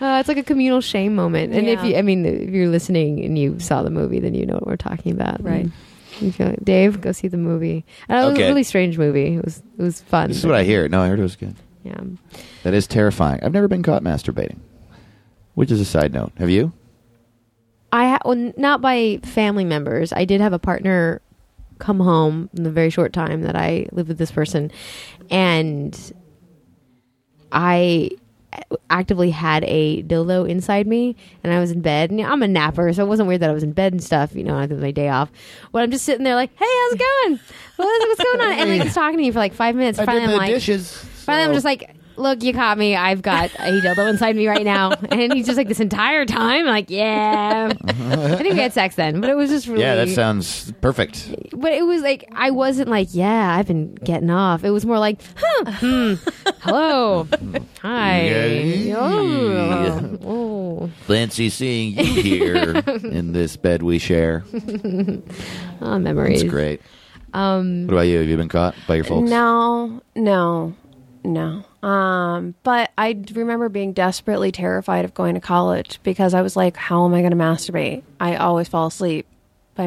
[SPEAKER 5] uh, it's like a communal shame moment. And if
[SPEAKER 6] Yeah.
[SPEAKER 5] you, I mean, if you're listening and you saw the movie, then you know what we're talking about.
[SPEAKER 6] Right.
[SPEAKER 5] And You feel like, Dave, go see the movie. And it was
[SPEAKER 1] Okay.
[SPEAKER 5] a really strange movie. It was it was fun.
[SPEAKER 1] This is what I hear. No, I heard it was good.
[SPEAKER 5] Yeah.
[SPEAKER 1] That is terrifying. I've never been caught masturbating, which is a side note. Have you?
[SPEAKER 5] I ha- well, not by family members. I did have a partner come home in the very short time that I lived with this person, and I actively had a dildo inside me, and I was in bed. And I'm a napper, so it wasn't weird that I was in bed and stuff. You know, I was my day off, but I'm just sitting there like, "Hey, how's it going? What's, what's going on?" And like, he's talking to me for like five minutes. Finally, I'm like, Finally, I'm just like, look, you caught me. I've got a dildo inside me right now. And he's just like, this entire time, like, yeah. I think we had sex then, but it was just really.
[SPEAKER 1] yeah, that sounds perfect.
[SPEAKER 5] but it was like, I wasn't like, yeah, I've been getting off. It was more like, huh, hmm, hello, hi.
[SPEAKER 1] Yeah.
[SPEAKER 5] Oh, oh,
[SPEAKER 1] Fancy seeing you here in this bed we share.
[SPEAKER 5] Ah,
[SPEAKER 1] It's
[SPEAKER 5] memories.
[SPEAKER 1] great. Um, what about you? Have you been caught by your folks?
[SPEAKER 6] No, no, no. Um, but I d- remember being desperately terrified of going to college because I was like, how am I going to masturbate? I always fall asleep by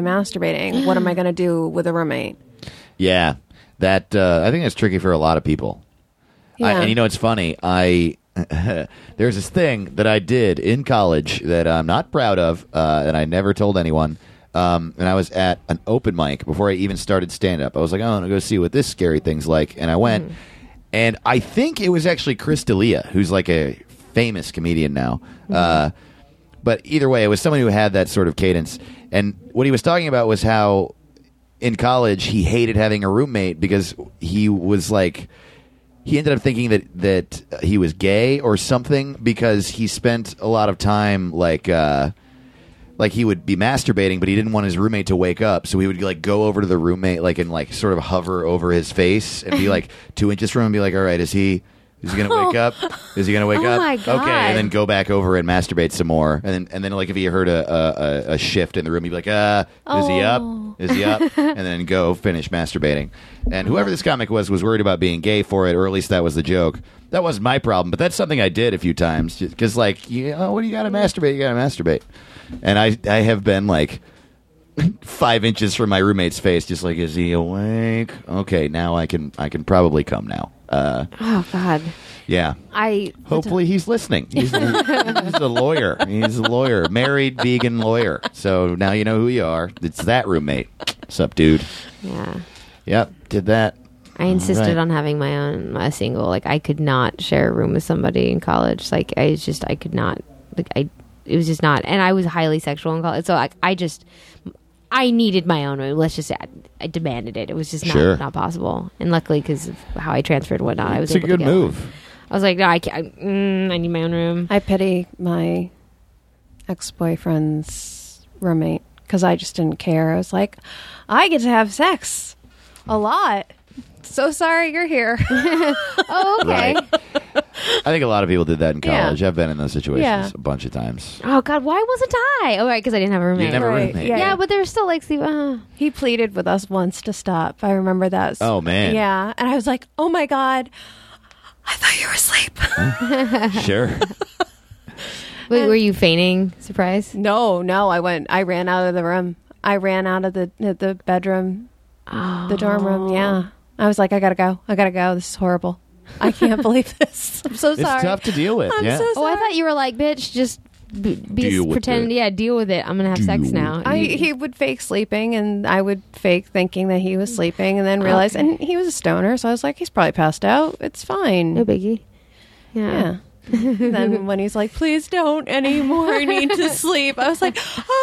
[SPEAKER 6] masturbating. what am I going to do with a roommate?
[SPEAKER 1] Yeah, that uh, I think that's tricky for a lot of people. I,
[SPEAKER 6] Yeah.
[SPEAKER 1] and you know, it's funny. I there's this thing that I did in college that I'm not proud of, uh, and I never told anyone. Um, and I was at an open mic before I even started stand up. I was like, "Oh, I'm gonna go see what this scary thing's like," and I went. And I think it was actually Chris D'Elia, who's like a famous comedian now. Uh, but either way, it was someone who had that sort of cadence. And what he was talking about was how in college he hated having a roommate because he was like he ended up thinking that that he was gay or something because he spent a lot of time like uh like he would be masturbating but he didn't want his roommate to wake up so he would like go over to the roommate like and like sort of hover over his face and be like two inches from him and be like all right is he is he gonna wake up is he gonna wake
[SPEAKER 5] Oh
[SPEAKER 1] up
[SPEAKER 5] my God.
[SPEAKER 1] okay and then go back over and masturbate some more and then and then like if he heard a a, a, a shift in the room he'd be like uh is he up is he up and then go finish masturbating and whoever this comic was was worried about being gay for it or at least that was the joke that wasn't my problem but that's something i did a few times oh, because like you know what do you gotta masturbate you gotta masturbate and i i have been like five inches from my roommate's face, just like, is he awake? Okay, now I can I can probably come now. Uh,
[SPEAKER 5] Oh God.
[SPEAKER 1] yeah.
[SPEAKER 5] I
[SPEAKER 1] Hopefully he's listening. He's, he's a lawyer. He's a lawyer, married vegan lawyer. So now you know who you are. It's that roommate. What's up, dude?
[SPEAKER 5] yeah.
[SPEAKER 1] Yep, did that.
[SPEAKER 5] I insisted
[SPEAKER 1] right.
[SPEAKER 5] on having my own a single. Like I could not share a room with somebody in college. Like I was just I could not like I it was just not and I was highly sexual in college. So like I just I needed my own room. Let's just say I, I demanded it. It was just not,
[SPEAKER 1] Sure.
[SPEAKER 5] not possible. And luckily because of how I transferred and whatnot, I was
[SPEAKER 1] It's a
[SPEAKER 5] able to
[SPEAKER 1] good
[SPEAKER 5] get one.
[SPEAKER 1] move.
[SPEAKER 5] I was like, no, I can't. I, mm, I need my own room.
[SPEAKER 6] I pity my ex boyfriend's roommate because I just didn't care. I was like, I get to have sex a lot. So sorry you're here.
[SPEAKER 5] Oh, okay.
[SPEAKER 1] Right. I think a lot of people did that in
[SPEAKER 6] Yeah.
[SPEAKER 1] college. I've been in those situations
[SPEAKER 6] Yeah.
[SPEAKER 1] a bunch of times.
[SPEAKER 5] Oh God, why wasn't I? Oh, right, because I didn't have a roommate.
[SPEAKER 1] You never
[SPEAKER 6] Right,
[SPEAKER 1] roommate.
[SPEAKER 6] yeah.
[SPEAKER 5] yeah, but they're still like, see, uh,
[SPEAKER 6] he pleaded with us once to stop. I remember that.
[SPEAKER 1] Oh, man.
[SPEAKER 6] Yeah. And I was like, oh my God, I thought you were asleep.
[SPEAKER 1] Sure.
[SPEAKER 5] wait, were you feigning surprise?
[SPEAKER 6] no, no, I went, I ran out of the room. I ran out of the, the bedroom, the dorm room. Yeah. I was like, I gotta go. I gotta go. This is horrible. I can't believe this. I'm so
[SPEAKER 1] it's
[SPEAKER 6] sorry.
[SPEAKER 1] tough to deal with.
[SPEAKER 6] I'm
[SPEAKER 1] yeah.
[SPEAKER 6] so
[SPEAKER 5] Oh, I thought you were like, bitch, just be,
[SPEAKER 1] Deal
[SPEAKER 5] be
[SPEAKER 1] with
[SPEAKER 5] pretend.
[SPEAKER 1] it.
[SPEAKER 5] Yeah, deal with it. I'm gonna have sex
[SPEAKER 1] with
[SPEAKER 5] now.
[SPEAKER 6] I, he would fake sleeping, and I would fake thinking that he was sleeping, and then realize. And he was a stoner, so I was like, he's probably passed out. It's fine.
[SPEAKER 5] no biggie. Yeah.
[SPEAKER 6] Yeah. then when he's like, please don't anymore. I need to sleep. I was like,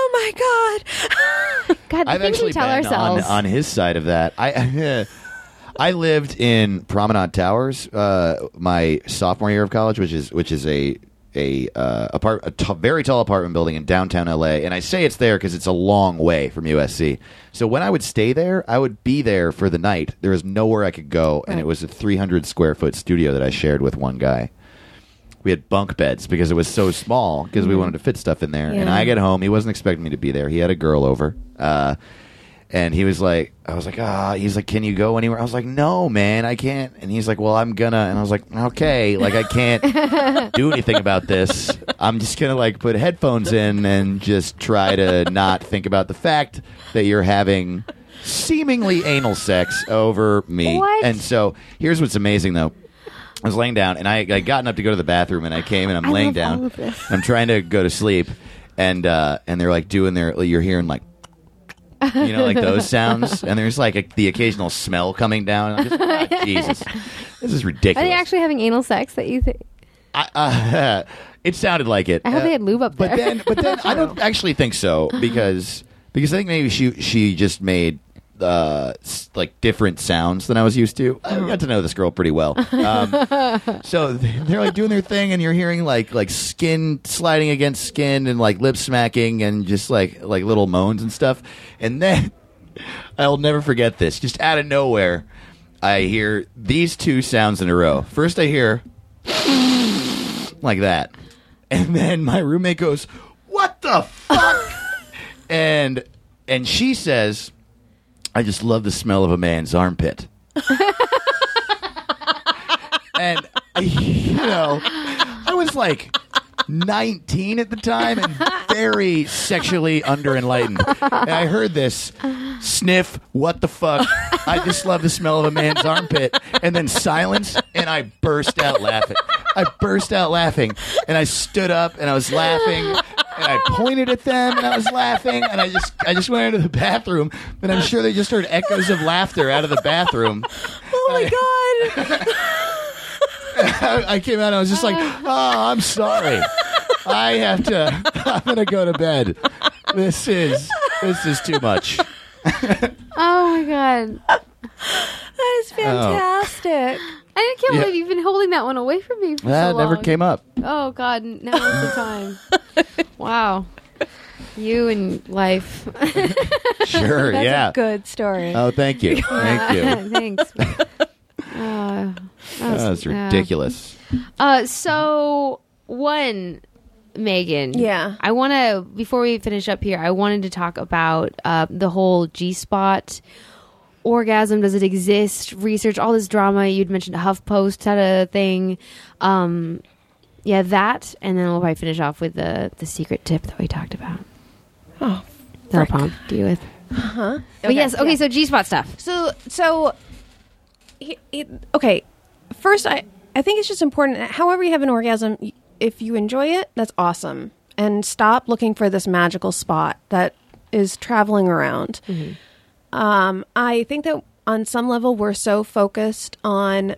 [SPEAKER 6] oh my god.
[SPEAKER 5] God, the
[SPEAKER 1] I've
[SPEAKER 5] things
[SPEAKER 1] actually
[SPEAKER 5] we tell
[SPEAKER 1] been on,
[SPEAKER 5] ourselves.
[SPEAKER 1] on his side of that. I I lived in Promenade Towers uh, my sophomore year of college, which is which is a a uh, apart a t- very tall apartment building in downtown LA, and I say it's there because it's a long way from USC. So when I would stay there, I would be there for the night. There was nowhere I could go, and it was a 300 square foot studio that I shared with one guy. We had bunk beds because it was so small because we wanted to fit stuff in there. And
[SPEAKER 6] Yeah.
[SPEAKER 1] I get home, he wasn't expecting me to be there. He had a girl over. Uh, and he was like, I was like, ah, he's like, can you go anywhere? I was like, no, man, I can't. And he's like, well, I'm gonna. And I was like, okay, like I can't do anything about this. I'm just gonna like put headphones in and just try to not think about the fact that you're having seemingly anal sex over me.
[SPEAKER 5] What?
[SPEAKER 1] And so here's what's amazing though. I was laying down and I I gotten up to go to the bathroom and I came and I'm
[SPEAKER 5] I
[SPEAKER 1] laying
[SPEAKER 5] love
[SPEAKER 1] down.
[SPEAKER 5] all of this.
[SPEAKER 1] I'm trying to go to sleep and uh and they're like doing their you're hearing like you know, like those sounds, and there's like a, the occasional smell coming down. And I'm just, "Ah, Jesus, this is
[SPEAKER 5] Are
[SPEAKER 1] ridiculous.
[SPEAKER 5] they actually having anal sex that you think?
[SPEAKER 1] I, uh, it sounded like it.
[SPEAKER 5] I hope
[SPEAKER 1] Uh,
[SPEAKER 5] they had lube up
[SPEAKER 1] but
[SPEAKER 5] there.
[SPEAKER 1] then, but then I don't actually think so because because I think maybe she she just made uh s- like different sounds than I was used to.
[SPEAKER 5] Uh-huh.
[SPEAKER 1] I got to know this girl pretty well. Um, so they're like doing their thing, and you're hearing like like skin sliding against skin and like lip smacking and just like like little moans and stuff, and then. I'll never forget this. Just out of nowhere, I hear these two sounds in a row. First, I hear like that, and then my roommate goes, "What the fuck?" and and she says, "I just love the smell of a man's armpit." and you know, I was like. 19 at the time and very sexually underenlightened. And I heard this sniff, what the fuck? I just love the smell of a man's armpit. And then silence, and I burst out laughing. I burst out laughing, and I stood up and I was laughing. And I pointed at them, and I was laughing, and I just, I just went into the bathroom, and I'm sure they just heard echoes of laughter out of the bathroom.
[SPEAKER 6] Oh my god.
[SPEAKER 1] I, I came out and I was just like, oh, I'm sorry. I have to, I'm going to go to bed. This is, this is too much.
[SPEAKER 5] oh my god!
[SPEAKER 6] That is fantastic.
[SPEAKER 5] I can't
[SPEAKER 1] Yeah.
[SPEAKER 5] believe you've been holding that one away from me for
[SPEAKER 1] That
[SPEAKER 5] so
[SPEAKER 1] never
[SPEAKER 5] long.
[SPEAKER 1] came up.
[SPEAKER 5] Oh god, now is the time. wow, you and life.
[SPEAKER 1] Sure,
[SPEAKER 6] That's
[SPEAKER 1] yeah.
[SPEAKER 6] a good story.
[SPEAKER 1] Oh, thank you. Thank you.
[SPEAKER 5] Thanks. Uh,
[SPEAKER 1] That was
[SPEAKER 5] yeah.
[SPEAKER 1] ridiculous.
[SPEAKER 5] Uh, so one, Megan.
[SPEAKER 6] Yeah.
[SPEAKER 5] I want to before we finish up here. I wanted to talk about uh, the whole G spot orgasm. Does it exist? Research all this drama. You'd mentioned HuffPost had a thing. Um, yeah, that, and then we'll probably finish off with the the secret tip that we talked about. that'll prompt you with. But yes, okay, so G spot stuff.
[SPEAKER 6] So so, he, he- okay. First, I I think it's just important. However, you have an orgasm, y- if you enjoy it, that's awesome. And stop looking for this magical spot that is traveling around. Um, I think that on some level we're so focused on,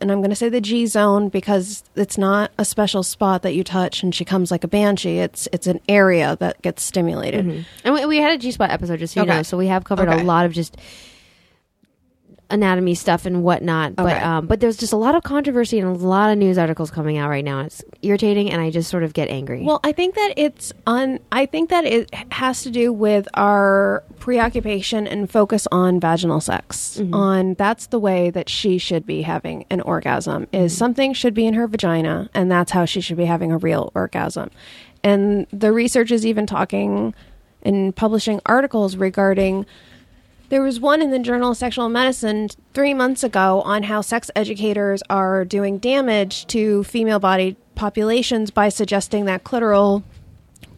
[SPEAKER 6] and I'm going to say the G zone because it's not a special spot that you touch and she comes like a banshee. It's it's an area that gets stimulated.
[SPEAKER 5] And we, we had a G spot episode, just so you
[SPEAKER 6] Okay.
[SPEAKER 5] know. So we have covered
[SPEAKER 6] Okay.
[SPEAKER 5] a lot of just anatomy stuff and whatnot. But
[SPEAKER 6] Okay.
[SPEAKER 5] um, but there's just a lot of controversy and a lot of news articles coming out right now. It's irritating, and I just sort of get angry.
[SPEAKER 6] Well, I think that it's on. I think that it has to do with our preoccupation and focus on vaginal sex. On that's the way that she should be having an orgasm. Is something should be in her vagina, and that's how she should be having a real orgasm. And the research is even talking and publishing articles regarding there was one in the Journal of Sexual Medicine three months ago on how sex educators are doing damage to female bodied populations by suggesting that clitoral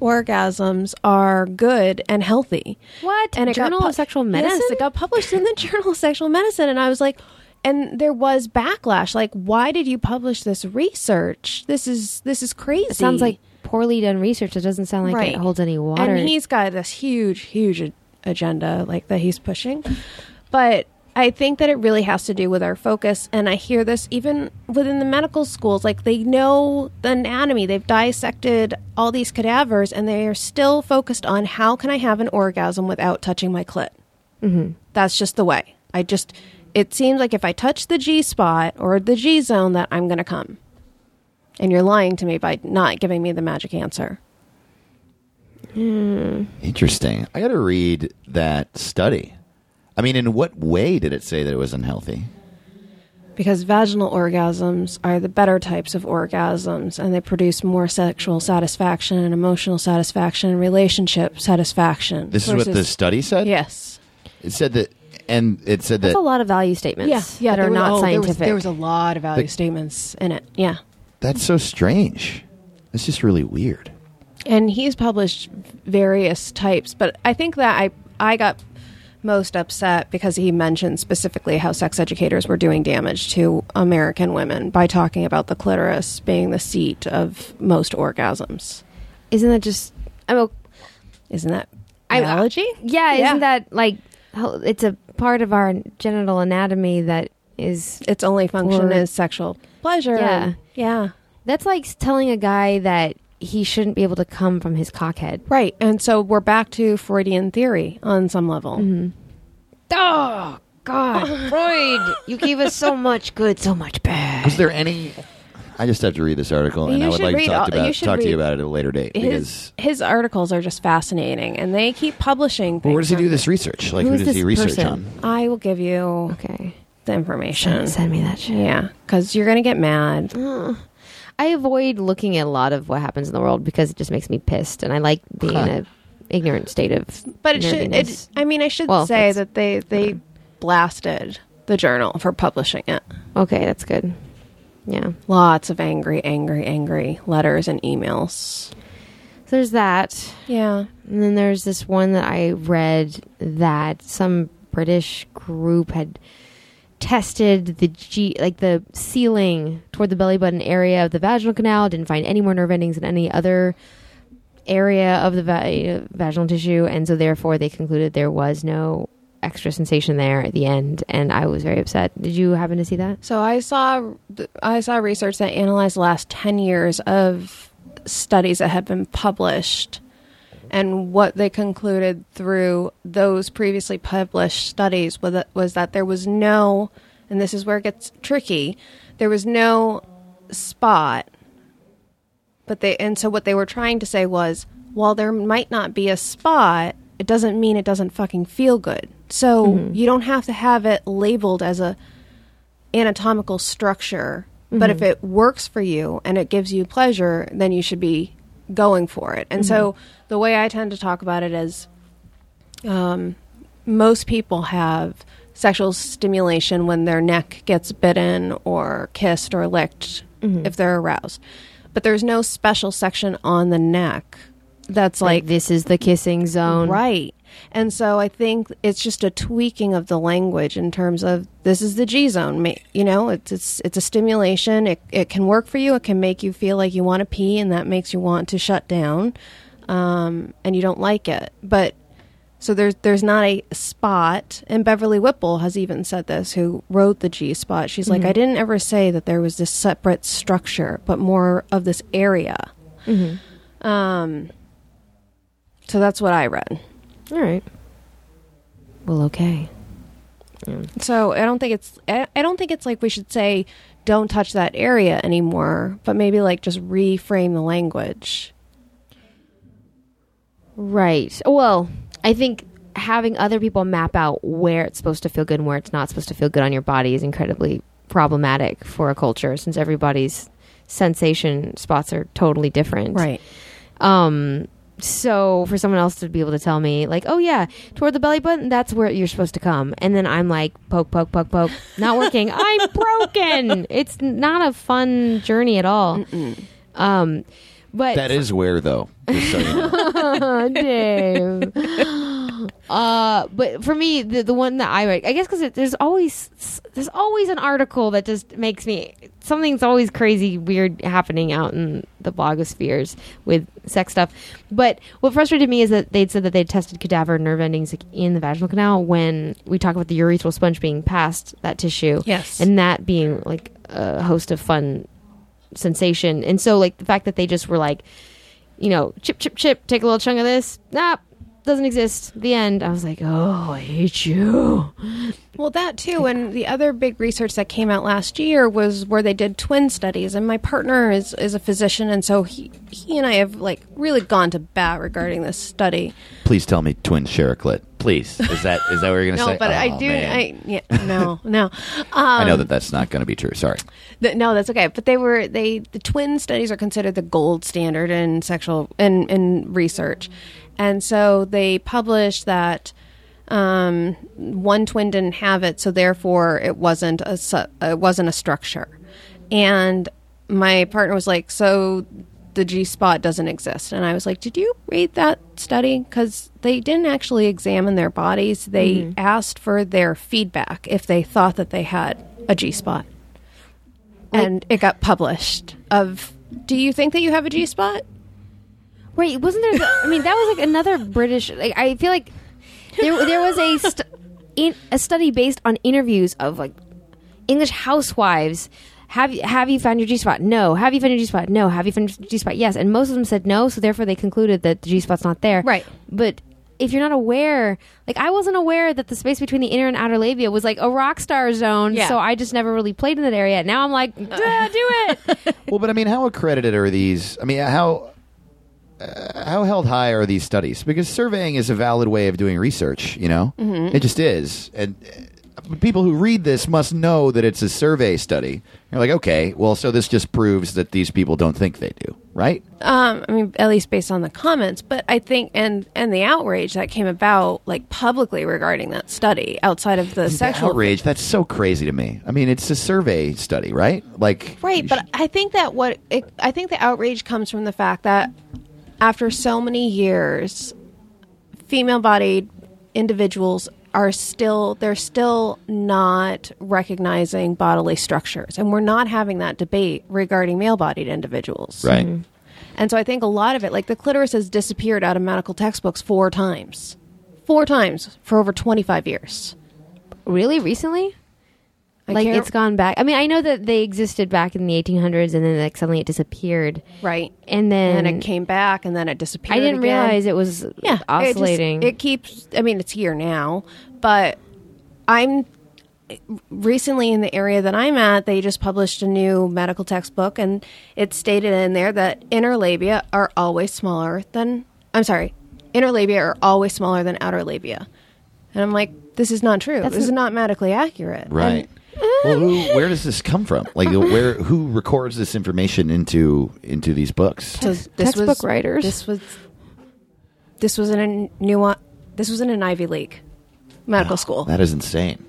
[SPEAKER 6] orgasms are good and healthy.
[SPEAKER 5] What? Journal of Sexual Medicine?
[SPEAKER 6] Yes, it got published in the Journal of Sexual Medicine, and I was like, and there was backlash. Like, why did you publish this research? This is this is crazy.
[SPEAKER 5] it sounds like poorly done research. It doesn't sound like it holds any water.
[SPEAKER 6] And he's got this huge, huge a- agenda like that he's pushing. But I think that it really has to do with our focus. And I hear this even within the medical schools. Like they know the anatomy, they've dissected all these cadavers, and they are still focused on how can I have an orgasm without touching my clit?
[SPEAKER 5] Mm-hmm.
[SPEAKER 6] That's just the way. I just, it seems like if I touch the G spot or the G zone, that I'm going to come. And you're lying to me by not giving me the magic answer.
[SPEAKER 1] Interesting. I got to read that study. I mean, in what way did it say that it was unhealthy?
[SPEAKER 6] Because vaginal orgasms are the better types of orgasms and they produce more sexual satisfaction and emotional satisfaction and relationship satisfaction.
[SPEAKER 1] This is what
[SPEAKER 6] versus-
[SPEAKER 1] the study said.
[SPEAKER 6] Yes.
[SPEAKER 1] it said that, and it said
[SPEAKER 5] That's
[SPEAKER 1] that
[SPEAKER 5] a lot of value statements that
[SPEAKER 6] there
[SPEAKER 5] are
[SPEAKER 6] were-
[SPEAKER 5] not
[SPEAKER 6] oh, there was-
[SPEAKER 5] scientific.
[SPEAKER 6] There was, a lot of value
[SPEAKER 1] The-
[SPEAKER 6] statements in it. Yeah.
[SPEAKER 1] that's so strange. That's just really weird.
[SPEAKER 6] and he's published various types but i think that i i got most upset because he mentioned specifically how sex educators were doing damage to american women by talking about the clitoris being the seat of most orgasms
[SPEAKER 5] Isn't that just. I mean,
[SPEAKER 6] isn't that
[SPEAKER 5] I-
[SPEAKER 6] biology
[SPEAKER 5] yeah, isn't that like. hel- It's a part of our genital anatomy that is
[SPEAKER 6] its only function
[SPEAKER 5] Or-
[SPEAKER 6] is sexual pleasure
[SPEAKER 5] Yeah.
[SPEAKER 6] yeah
[SPEAKER 5] That's like telling a guy that he shouldn't be able to come from his cockhead.
[SPEAKER 6] right and so we're back to freudian theory on some level
[SPEAKER 5] Mm-hmm. Oh God, Freud! You gave us so much good, so much bad.
[SPEAKER 1] Was there any? I just have to read this article, and
[SPEAKER 6] You
[SPEAKER 1] I would
[SPEAKER 6] should
[SPEAKER 1] like to
[SPEAKER 6] read
[SPEAKER 1] talk,
[SPEAKER 6] all-
[SPEAKER 1] to, about,
[SPEAKER 6] you should
[SPEAKER 1] talk to you
[SPEAKER 6] read-
[SPEAKER 1] about it at a later date
[SPEAKER 6] his
[SPEAKER 1] because.
[SPEAKER 6] his articles are just fascinating and they keep publishing
[SPEAKER 1] But where does he
[SPEAKER 6] things
[SPEAKER 1] do
[SPEAKER 6] on-
[SPEAKER 1] this research? Like,
[SPEAKER 5] Who
[SPEAKER 1] who,
[SPEAKER 5] is
[SPEAKER 1] does he
[SPEAKER 5] this
[SPEAKER 1] research
[SPEAKER 5] person?
[SPEAKER 1] on?
[SPEAKER 6] i will give you
[SPEAKER 5] Okay,
[SPEAKER 6] the information.
[SPEAKER 5] send me that shit.
[SPEAKER 6] Yeah, because you're gonna get mad.
[SPEAKER 5] I avoid looking at a lot of what happens in the world because it just makes me pissed, and I like being in a ignorant state of.
[SPEAKER 6] But it should.
[SPEAKER 5] nerdiness.
[SPEAKER 6] It, I mean, I should
[SPEAKER 5] Well,
[SPEAKER 6] say
[SPEAKER 5] it's-
[SPEAKER 6] that they they blasted the journal for publishing it.
[SPEAKER 5] okay, that's good. Yeah,
[SPEAKER 6] Lots of angry, angry, angry letters and emails.
[SPEAKER 5] so there's that.
[SPEAKER 6] Yeah,
[SPEAKER 5] And then there's this one that I read that some British group had tested the G, like the ceiling toward the belly button area of the vaginal canal, didn't find any more nerve endings in any other area of the va- vaginal tissue, and so therefore they concluded there was no extra sensation there at the end. And I was very upset. Did you happen to see that?
[SPEAKER 6] So I saw I saw research that analyzed the last 10 years of studies that had been published and what they concluded through those previously published studies was that, was that there was no and this is where it gets tricky there was no spot but they and so what they were trying to say was while there might not be a spot it doesn't mean it doesn't fucking feel good so you don't have to have it labeled as a anatomical structure, but if it works for you and it gives you pleasure, then you should be going for it. And so the way I tend to talk about it is um, most people have sexual stimulation when their neck gets bitten or kissed or licked if they're aroused. But there's no special section on the neck that's like,
[SPEAKER 5] this is the kissing zone,
[SPEAKER 6] right. And so I think it's just a tweaking of the language in terms of this is the G zone. ma- You know, it's it's it's a stimulation. It it can work for you. It can make you feel like you want to pee, and that makes you want to shut down, um, and you don't like it. But so there's there's not a spot, and Beverly Whipple has even said this, who wrote the G spot. She's like, I didn't ever say that there was this separate structure, but more of this area. Um, so that's what I read.
[SPEAKER 5] All right. Well, okay.
[SPEAKER 6] So I don't think it's I, I don't think it's like we should say don't touch that area anymore, but maybe like just reframe the language.
[SPEAKER 5] Right. Well, I think having other people map out where it's supposed to feel good and where it's not supposed to feel good on your body is incredibly problematic for a culture since everybody's sensation spots are totally different. Um so for someone else to be able to tell me like, "Oh yeah, toward the belly button, that's where you're supposed to come." And then I'm like, poke poke poke poke, not working. I'm broken. It's not a fun journey at all. Um but
[SPEAKER 1] That is where though. just so you know.
[SPEAKER 5] Dave. uh, but for me, the the one that I read, I guess, because there's always there's always an article that just makes me something's always crazy, weird happening out in the blogospheres with sex stuff. But what frustrated me is that they'd said that they tested cadaver nerve endings like, in the vaginal canal when we talk about the urethral sponge being past that tissue,
[SPEAKER 6] Yes.
[SPEAKER 5] and that being like a host of fun sensation. And so, like the fact that they just were like you know, chip, chip, chip, take a little chunk of this. Nah, doesn't exist. The end. I was like, oh, I hate you.
[SPEAKER 6] Well, that too, and the other big research that came out last year was where they did twin studies. And my partner is, is a physician, and so he he and I have like really gone to bat regarding this study.
[SPEAKER 1] Please tell me twin Shericlet. Please. Is that is that what you're gonna
[SPEAKER 6] No,
[SPEAKER 1] say?
[SPEAKER 6] but I
[SPEAKER 1] Oh,
[SPEAKER 6] do.
[SPEAKER 1] man.
[SPEAKER 6] I yeah, no, no. Um,
[SPEAKER 1] I know that that's not going to be true. Sorry.
[SPEAKER 6] Th- no, that's okay. But they were they the twin studies are considered the gold standard in sexual in in research, and so they published that um, one twin didn't have it, so therefore it wasn't a su- it wasn't a structure, and my partner was like, so the G spot doesn't exist, and I was like, did you read that study? Because they didn't actually examine their bodies; they asked for their feedback if they thought that they had a G spot and it got published of do you think that you have a g spot
[SPEAKER 5] Wait, wasn't there? the- I mean, that was like another British. Like, I feel like there there was a st- in, a study based on interviews of like English housewives. Have you, have you found your G spot? No. Have you found your G spot? No. Have you found your G spot? Yes. And most of them said no, so therefore they concluded that the G spot's not there.
[SPEAKER 6] Right.
[SPEAKER 5] But if you're not aware, like I wasn't aware that the space between the inner and outer labia was like a rock star zone,
[SPEAKER 6] Yeah. Uh.
[SPEAKER 5] so I just never really played in that area. Now I'm like, "Duh, do it.
[SPEAKER 1] Well, but I mean, how accredited are these? I mean, how uh, how held high are these studies? Because surveying is a valid way of doing research. You know,
[SPEAKER 6] Mm-hmm.
[SPEAKER 1] it just is. And uh, people who read this must know that it's a survey study. You're like, okay, well, so this just proves that these people don't think they do, right?
[SPEAKER 6] um i mean at least based on the comments but i think and and the outrage that came about like publicly regarding that study outside of the sexual
[SPEAKER 1] outrage. That's so crazy to me. I mean, it's a survey study, right? Like,
[SPEAKER 6] right
[SPEAKER 1] you
[SPEAKER 6] but i think that what it, i think the outrage comes from the fact that after so many years female bodied individuals are still they're still not recognizing bodily structures and we're not having that debate regarding male bodied individuals
[SPEAKER 1] should- right.
[SPEAKER 6] And so I think a lot of it, like the clitoris has disappeared out of medical textbooks four times. Four times for over 25 years.
[SPEAKER 5] Really? Recently?
[SPEAKER 6] I
[SPEAKER 5] like
[SPEAKER 6] can't-
[SPEAKER 5] it's gone back. I mean, I know that they existed back in the 1800s, and then like suddenly it disappeared,
[SPEAKER 6] Right.
[SPEAKER 5] and then,
[SPEAKER 6] And then it came back and then it disappeared.
[SPEAKER 5] I didn't
[SPEAKER 6] again.
[SPEAKER 5] realize it was
[SPEAKER 6] Yeah.
[SPEAKER 5] oscillating.
[SPEAKER 6] It, just- it keeps, I mean, it's here now, but I'm recently in the area that I'm at, they just published a new medical textbook and it stated in there that inner labia are always smaller than, I'm sorry, inner labia are always smaller than outer labia. And I'm like, this is not true. this is not medically accurate.
[SPEAKER 1] Right. well, who, where does this come from? Like, where who records this information into into these books?
[SPEAKER 6] And so this
[SPEAKER 5] Textbook
[SPEAKER 6] was,
[SPEAKER 5] writers.
[SPEAKER 6] This was, this was in a new, this was in an Ivy League medical school.
[SPEAKER 1] That is insane.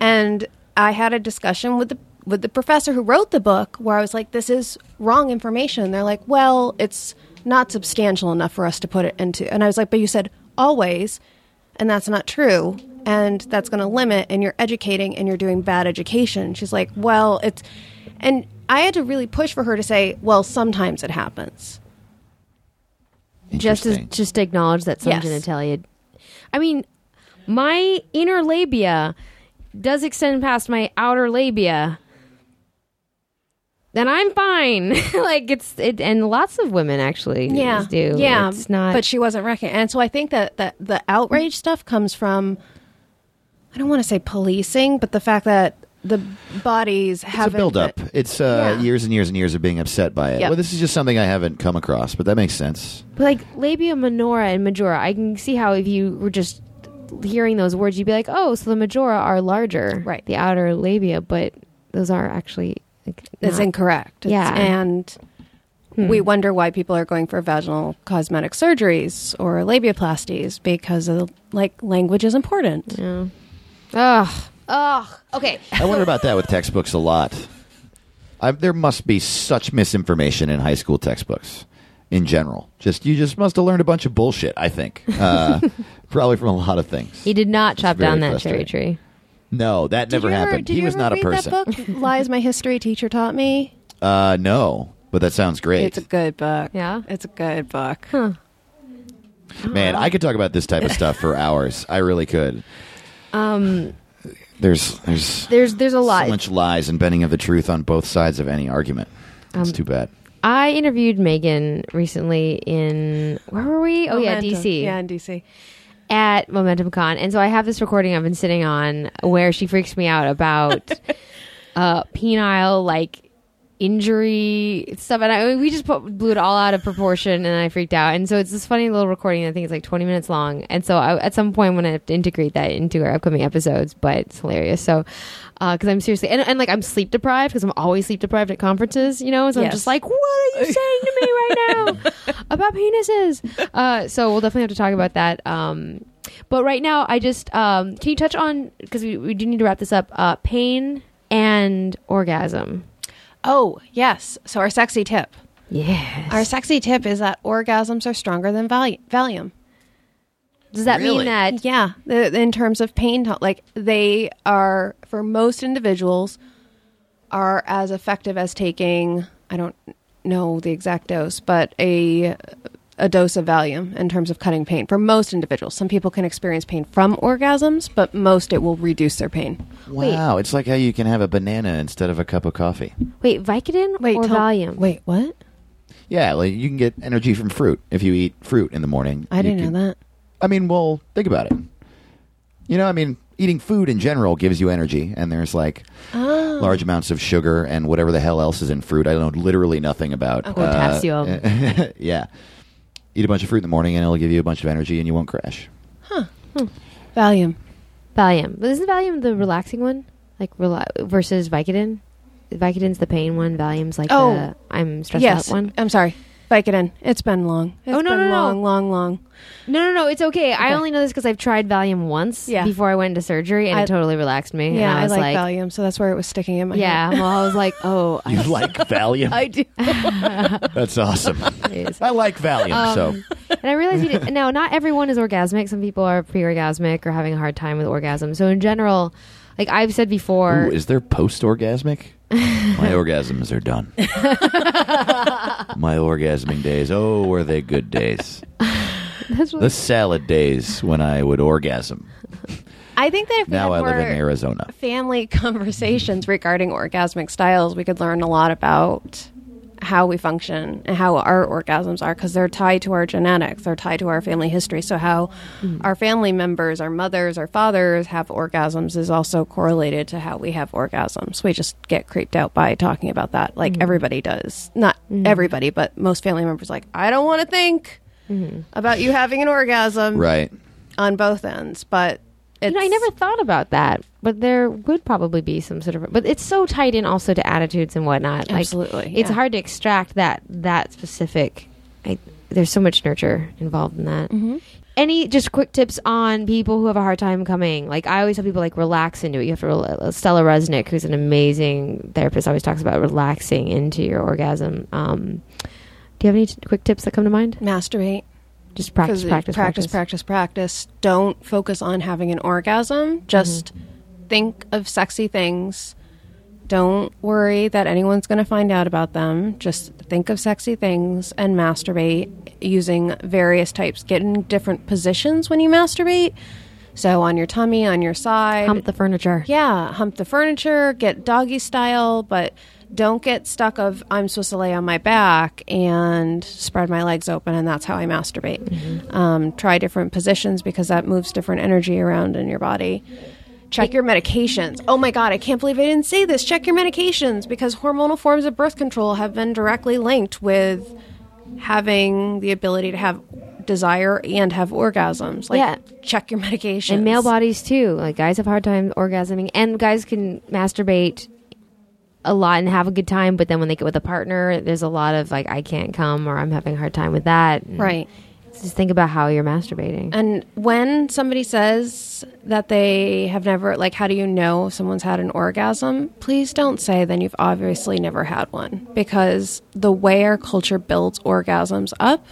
[SPEAKER 6] and I had a discussion with the with the professor who wrote the book where I was like, "This is wrong information." They're like, "Well, it's not substantial enough for us to put it into." And I was like, "But you said always," and that's not true and that's going to limit and you're educating and you're doing bad education she's like well it's and i had to really push for her to say well sometimes it happens
[SPEAKER 5] just as,
[SPEAKER 1] Interesting.
[SPEAKER 5] just acknowledge that some
[SPEAKER 6] Yes.
[SPEAKER 5] genitalia. I mean, my inner labia does extend past my outer labia. Then I'm fine. like it's it, and lots of women actually
[SPEAKER 6] yeah
[SPEAKER 5] do.
[SPEAKER 6] yeah
[SPEAKER 5] it's not.
[SPEAKER 6] but she wasn't wrecking and so i think that, that the outrage stuff comes from i don't want to say policing but the fact that the bodies
[SPEAKER 1] It's a
[SPEAKER 6] have
[SPEAKER 1] build up. It's uh,
[SPEAKER 6] Yeah.
[SPEAKER 1] years and years and years of being upset by it.
[SPEAKER 6] Yep.
[SPEAKER 1] Well, this is just something I haven't come across, but that makes sense.
[SPEAKER 5] But, like labia minora and majora, I can see how if you were just hearing those words, you'd be like, oh, so the majora are larger,
[SPEAKER 6] Right.
[SPEAKER 5] The outer labia, but those are actually like,
[SPEAKER 6] is
[SPEAKER 5] not-
[SPEAKER 6] incorrect. It's-
[SPEAKER 5] Yeah. Hmm.
[SPEAKER 6] and we wonder why people are going for vaginal cosmetic surgeries or labiaplasties because of like language is important.
[SPEAKER 5] Ugh, ugh. Okay,
[SPEAKER 1] I wonder about that with textbooks a lot. I, there must be such misinformation in high school textbooks in general. Just you just must have learned a bunch of bullshit. I think uh, probably from a lot of things.
[SPEAKER 5] he did not chop
[SPEAKER 1] very
[SPEAKER 5] down that cherry
[SPEAKER 1] frustrating.
[SPEAKER 5] tree.
[SPEAKER 1] No, that never
[SPEAKER 6] Did you ever-
[SPEAKER 1] happened.
[SPEAKER 6] did
[SPEAKER 1] he
[SPEAKER 6] you
[SPEAKER 1] was
[SPEAKER 6] ever
[SPEAKER 1] not a
[SPEAKER 6] read
[SPEAKER 1] person.
[SPEAKER 6] That book, Lies My History Teacher Taught Me.
[SPEAKER 1] Uh, no, but that sounds great.
[SPEAKER 6] It's a good book.
[SPEAKER 5] Yeah?
[SPEAKER 6] it's a good book.
[SPEAKER 1] Man, I could talk about this type of stuff for hours. I really could.
[SPEAKER 5] Um,
[SPEAKER 1] There's there's
[SPEAKER 5] there's there's a lot.
[SPEAKER 1] so much lies and bending of the truth on both sides of any argument.
[SPEAKER 6] Um,
[SPEAKER 1] It's too bad.
[SPEAKER 5] I interviewed Megan recently in where were we? Oh yeah,
[SPEAKER 6] Momentum.
[SPEAKER 5] DC.
[SPEAKER 6] Yeah, in DC.
[SPEAKER 5] at Momentum Con. And so I have this recording I've been sitting on where she freaks me out about uh, penile, like injury stuff. And I, we just put, blew it all out of proportion and I freaked out. And so it's this funny little recording. I think it's like 20 minutes long. And so I, at some point, I'm going to have to integrate that into our upcoming episodes, but it's hilarious. So, because I'm seriously, and, and like I'm sleep deprived because I'm always sleep deprived at conferences, you know? So I'm
[SPEAKER 6] Yes.
[SPEAKER 5] just like, what are you saying to me right now about penises? Uh, so we'll definitely have to talk about that. Um, but right now, I just um, can you touch on because we, we do need to wrap this up. Uh, pain and orgasm.
[SPEAKER 6] Oh yes. So our sexy tip.
[SPEAKER 5] Yes.
[SPEAKER 6] Our sexy tip is that orgasms are stronger than Vali- Valium.
[SPEAKER 5] Does that
[SPEAKER 1] Really?
[SPEAKER 5] mean that?
[SPEAKER 6] Yeah, the, in terms of pain, to- like they are for most individuals are as effective as taking I don't know the exact dose, but a a dose of Valium in terms of cutting pain for most individuals. Some people can experience pain from orgasms, but most it will reduce their pain.
[SPEAKER 1] Wow, it's like how you can have a banana instead of a cup of coffee.
[SPEAKER 5] Wait, Vicodin or
[SPEAKER 6] tell-
[SPEAKER 5] Valium?
[SPEAKER 6] Wait, what?
[SPEAKER 1] Yeah, like you can get energy from fruit if you eat fruit in the morning.
[SPEAKER 6] I
[SPEAKER 1] You
[SPEAKER 6] didn't
[SPEAKER 1] can-
[SPEAKER 6] know that.
[SPEAKER 1] I mean, well, think about it. You know, I mean, eating food in general gives you energy, and there's like
[SPEAKER 6] Oh.
[SPEAKER 1] large amounts of sugar and whatever the hell else is in fruit. I know literally nothing about.
[SPEAKER 5] potassium.
[SPEAKER 1] Uh, yeah, eat a bunch of fruit in the morning, and it'll give you a bunch of energy, and you won't crash.
[SPEAKER 6] Valium.
[SPEAKER 5] Valium. But isn't Valium the relaxing one? Like rela- versus Vicodin. Vicodin's the pain one. Valium's like
[SPEAKER 6] Oh.
[SPEAKER 5] the I'm stressed
[SPEAKER 6] yes,
[SPEAKER 5] out one.
[SPEAKER 6] I'm sorry. Vicodin. It's been long. It's
[SPEAKER 5] Oh, no,
[SPEAKER 6] been
[SPEAKER 5] no, no.
[SPEAKER 6] long, long, long.
[SPEAKER 5] No, no, no. It's okay. I only know this because I've tried Valium once
[SPEAKER 6] Yeah.
[SPEAKER 5] before I went into surgery, and
[SPEAKER 6] I-
[SPEAKER 5] it totally relaxed me.
[SPEAKER 6] Yeah,
[SPEAKER 5] and I
[SPEAKER 6] I,
[SPEAKER 5] was
[SPEAKER 6] like,
[SPEAKER 5] like,
[SPEAKER 6] Valium, so that's where it was sticking in my
[SPEAKER 5] yeah.
[SPEAKER 6] head.
[SPEAKER 5] Well, I was like, oh, I
[SPEAKER 1] You like Valium? I do. That's awesome.
[SPEAKER 5] is.
[SPEAKER 1] I like Valium. so
[SPEAKER 5] And I realized you did, now not everyone is orgasmic. Some people are pre-orgasmic or having a hard time with orgasm. So in general, like I've said before,
[SPEAKER 1] Ooh, is there post orgasmic? My orgasms are done. My orgasming days, oh, were they good days? the salad days when I would orgasm.
[SPEAKER 6] I think that if we
[SPEAKER 1] Now I
[SPEAKER 6] had
[SPEAKER 1] live in
[SPEAKER 6] more
[SPEAKER 1] Arizona.
[SPEAKER 6] family conversations regarding orgasmic styles, we could learn a lot about how we function and how our orgasms are because they're tied to our genetics, they're tied to our family history. So, how
[SPEAKER 5] Mm-hmm.
[SPEAKER 6] our family members, our mothers, our fathers have orgasms is also correlated to how we have orgasms. We just get creeped out by talking about that, like
[SPEAKER 5] Mm-hmm.
[SPEAKER 6] everybody does. Not everybody, but most family members, like, I don't want to think
[SPEAKER 5] Mm-hmm.
[SPEAKER 6] about you having an orgasm
[SPEAKER 1] Right.
[SPEAKER 6] on both ends, but it's,
[SPEAKER 5] you know, I never thought about that, but there would probably be some sort of. But it's so tied in also to attitudes and whatnot. Like,
[SPEAKER 6] Absolutely,
[SPEAKER 5] it's
[SPEAKER 6] yeah.
[SPEAKER 5] hard to extract that that specific. I, there's so much nurture involved in that.
[SPEAKER 6] Mm-hmm.
[SPEAKER 5] Any just quick tips on people who have a hard time coming? Like I always tell people, like relax into it. You have to. Rel- Stella Resnick, who's an amazing therapist, always talks about relaxing into your orgasm. Um, do you have any t- quick tips that come to mind?
[SPEAKER 6] masturbate.
[SPEAKER 5] Just practice,
[SPEAKER 6] 'Cause it-
[SPEAKER 5] practice,
[SPEAKER 6] practice, practice, practice. Don't focus on having an orgasm. Just
[SPEAKER 5] Mm-hmm.
[SPEAKER 6] think of sexy things. Don't worry that anyone's going to find out about them. Just think of sexy things and masturbate using various types. Get in different positions when you masturbate. So on your tummy, on your side.
[SPEAKER 5] Hump the furniture.
[SPEAKER 6] Yeah, hump the furniture, get doggy style, but don't get stuck of I'm supposed to lay on my back and spread my legs open and that's how I masturbate.
[SPEAKER 5] Mm-hmm.
[SPEAKER 6] Um, try different positions because that moves different energy around in your body. Check your medications. Oh my God, I can't believe I didn't say this. Check your medications because hormonal forms of birth control have been directly linked with having the ability to have desire and have orgasms. Like,
[SPEAKER 5] Yeah.
[SPEAKER 6] check your medications.
[SPEAKER 5] And male bodies too. Like guys have a hard time orgasming, and guys can masturbate a lot and have a good time, but then when they get with a partner, there's a lot of like I can't come or I'm having a hard time with that. And
[SPEAKER 6] Right. Uh,
[SPEAKER 5] Just think about how you're masturbating.
[SPEAKER 6] And when somebody says that they have never, like, how do you know if someone's had an orgasm? Please don't say then you've obviously never had one because the way our culture builds orgasms up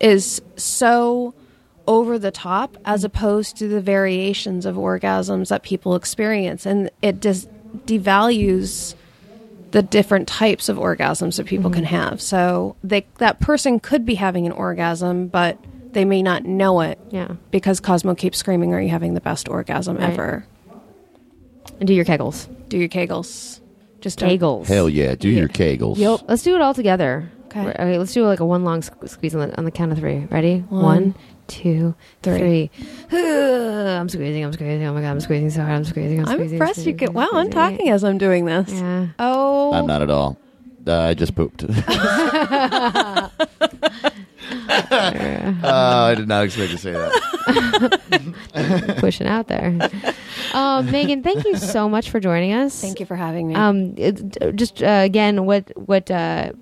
[SPEAKER 6] is so over the top as opposed to the variations of orgasms that people experience. And it just devalues the different types of orgasms that people can
[SPEAKER 5] Mm-hmm.
[SPEAKER 6] have. So they, that person could be having an orgasm, but they may not know it
[SPEAKER 5] Yeah.
[SPEAKER 6] because Cosmo keeps screaming, Are you having the best orgasm
[SPEAKER 5] Right.
[SPEAKER 6] ever?
[SPEAKER 5] And do your kegels.
[SPEAKER 6] Do your kegels. Just don't-
[SPEAKER 5] Kegels.
[SPEAKER 1] Hell yeah, do your kegels.
[SPEAKER 5] Yep. Let's do it all together.
[SPEAKER 6] Okay.
[SPEAKER 5] We're- okay. Let's do like a one long squ- squeeze on the, on the count of three. Ready?
[SPEAKER 6] One,
[SPEAKER 5] One, two, three.
[SPEAKER 6] three.
[SPEAKER 5] I'm squeezing. I'm squeezing. Oh my god! I'm squeezing so hard. I'm squeezing. I'm,
[SPEAKER 6] I'm
[SPEAKER 5] squeezing,
[SPEAKER 6] impressed you
[SPEAKER 5] squeezing,
[SPEAKER 6] get. Wow,
[SPEAKER 5] squeezing.
[SPEAKER 6] I'm talking as I'm doing this.
[SPEAKER 5] Yeah.
[SPEAKER 6] Oh.
[SPEAKER 1] I'm not at all. Uh, I just pooped. uh, I did not expect to say that.
[SPEAKER 5] pushing out there. um, Megan, thank you so much for joining us.
[SPEAKER 6] Thank you for having me.
[SPEAKER 5] Um, it, just uh, again, what what uh,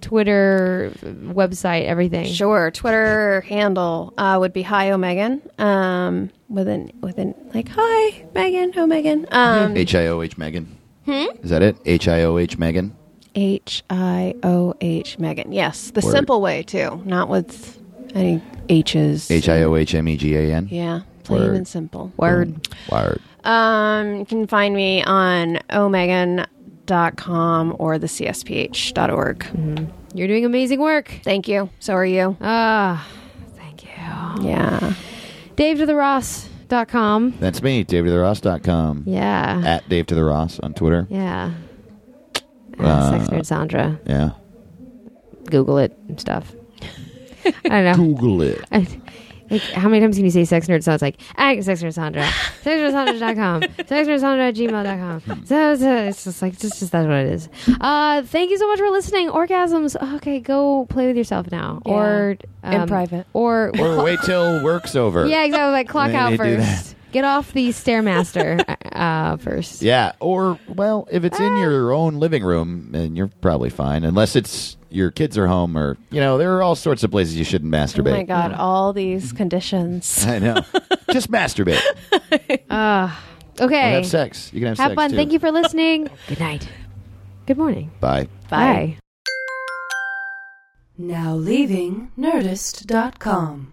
[SPEAKER 5] Twitter website, everything.
[SPEAKER 6] Sure. Twitter handle uh, would be hi Omegan. Um, with an with an like hi Megan Omegan. Um,
[SPEAKER 1] H I O H Megan. Hmm? Is that it? H I O H Megan.
[SPEAKER 6] H I O H Megan. Yes, the
[SPEAKER 1] Word.
[SPEAKER 6] simple way too, not with any H's.
[SPEAKER 1] H I O H M E G A N.
[SPEAKER 6] Yeah, plain
[SPEAKER 1] Word.
[SPEAKER 6] and simple.
[SPEAKER 5] Word.
[SPEAKER 1] Wired.
[SPEAKER 6] Um, you can find me on omegan.com or the csph.org.
[SPEAKER 1] Mm-hmm.
[SPEAKER 5] You're doing amazing work.
[SPEAKER 6] Thank you. So are you.
[SPEAKER 5] Ah, thank you.
[SPEAKER 6] Yeah.
[SPEAKER 5] Dave to the Ross.com.
[SPEAKER 1] That's me, DaveToTheRoss.com.
[SPEAKER 5] Yeah.
[SPEAKER 1] At Dave to the Ross on Twitter.
[SPEAKER 5] yeah. Uh,
[SPEAKER 1] Uh,
[SPEAKER 5] Sex nerd Sandra.
[SPEAKER 1] Yeah.
[SPEAKER 5] Google it and stuff. I don't know.
[SPEAKER 1] Google it.
[SPEAKER 5] I- like, how many times can you say sex nerd? So it's like, I sex nerd Sandra, sex nerd Sandra.com, sex nerd Sandra at gmail.com. So, so it's just like, just, just that's what it is. Uh, thank you so much for listening. Orgasms. Okay, go play with yourself now.
[SPEAKER 6] Yeah.
[SPEAKER 5] Or um,
[SPEAKER 6] In private.
[SPEAKER 5] Or,
[SPEAKER 1] Or wait till work's over.
[SPEAKER 5] yeah, exactly. Like, clock
[SPEAKER 1] Maybe
[SPEAKER 5] out
[SPEAKER 1] do
[SPEAKER 5] first. Get off the Stairmaster uh, first.
[SPEAKER 1] Yeah, or well, if it's in your own living room, then you're probably fine, unless it's your kids are home, or you know, there are all sorts of places you shouldn't
[SPEAKER 6] Oh
[SPEAKER 1] masturbate.
[SPEAKER 6] my God, all these conditions.
[SPEAKER 1] I know. Just masturbate. And
[SPEAKER 5] Okay.
[SPEAKER 1] have sex. You can have,
[SPEAKER 5] Have
[SPEAKER 1] sex
[SPEAKER 5] fun.
[SPEAKER 1] too.
[SPEAKER 5] Thank you for listening. Good night. Good morning.
[SPEAKER 1] Bye.
[SPEAKER 5] Bye.
[SPEAKER 2] Now leaving Nerdist.com.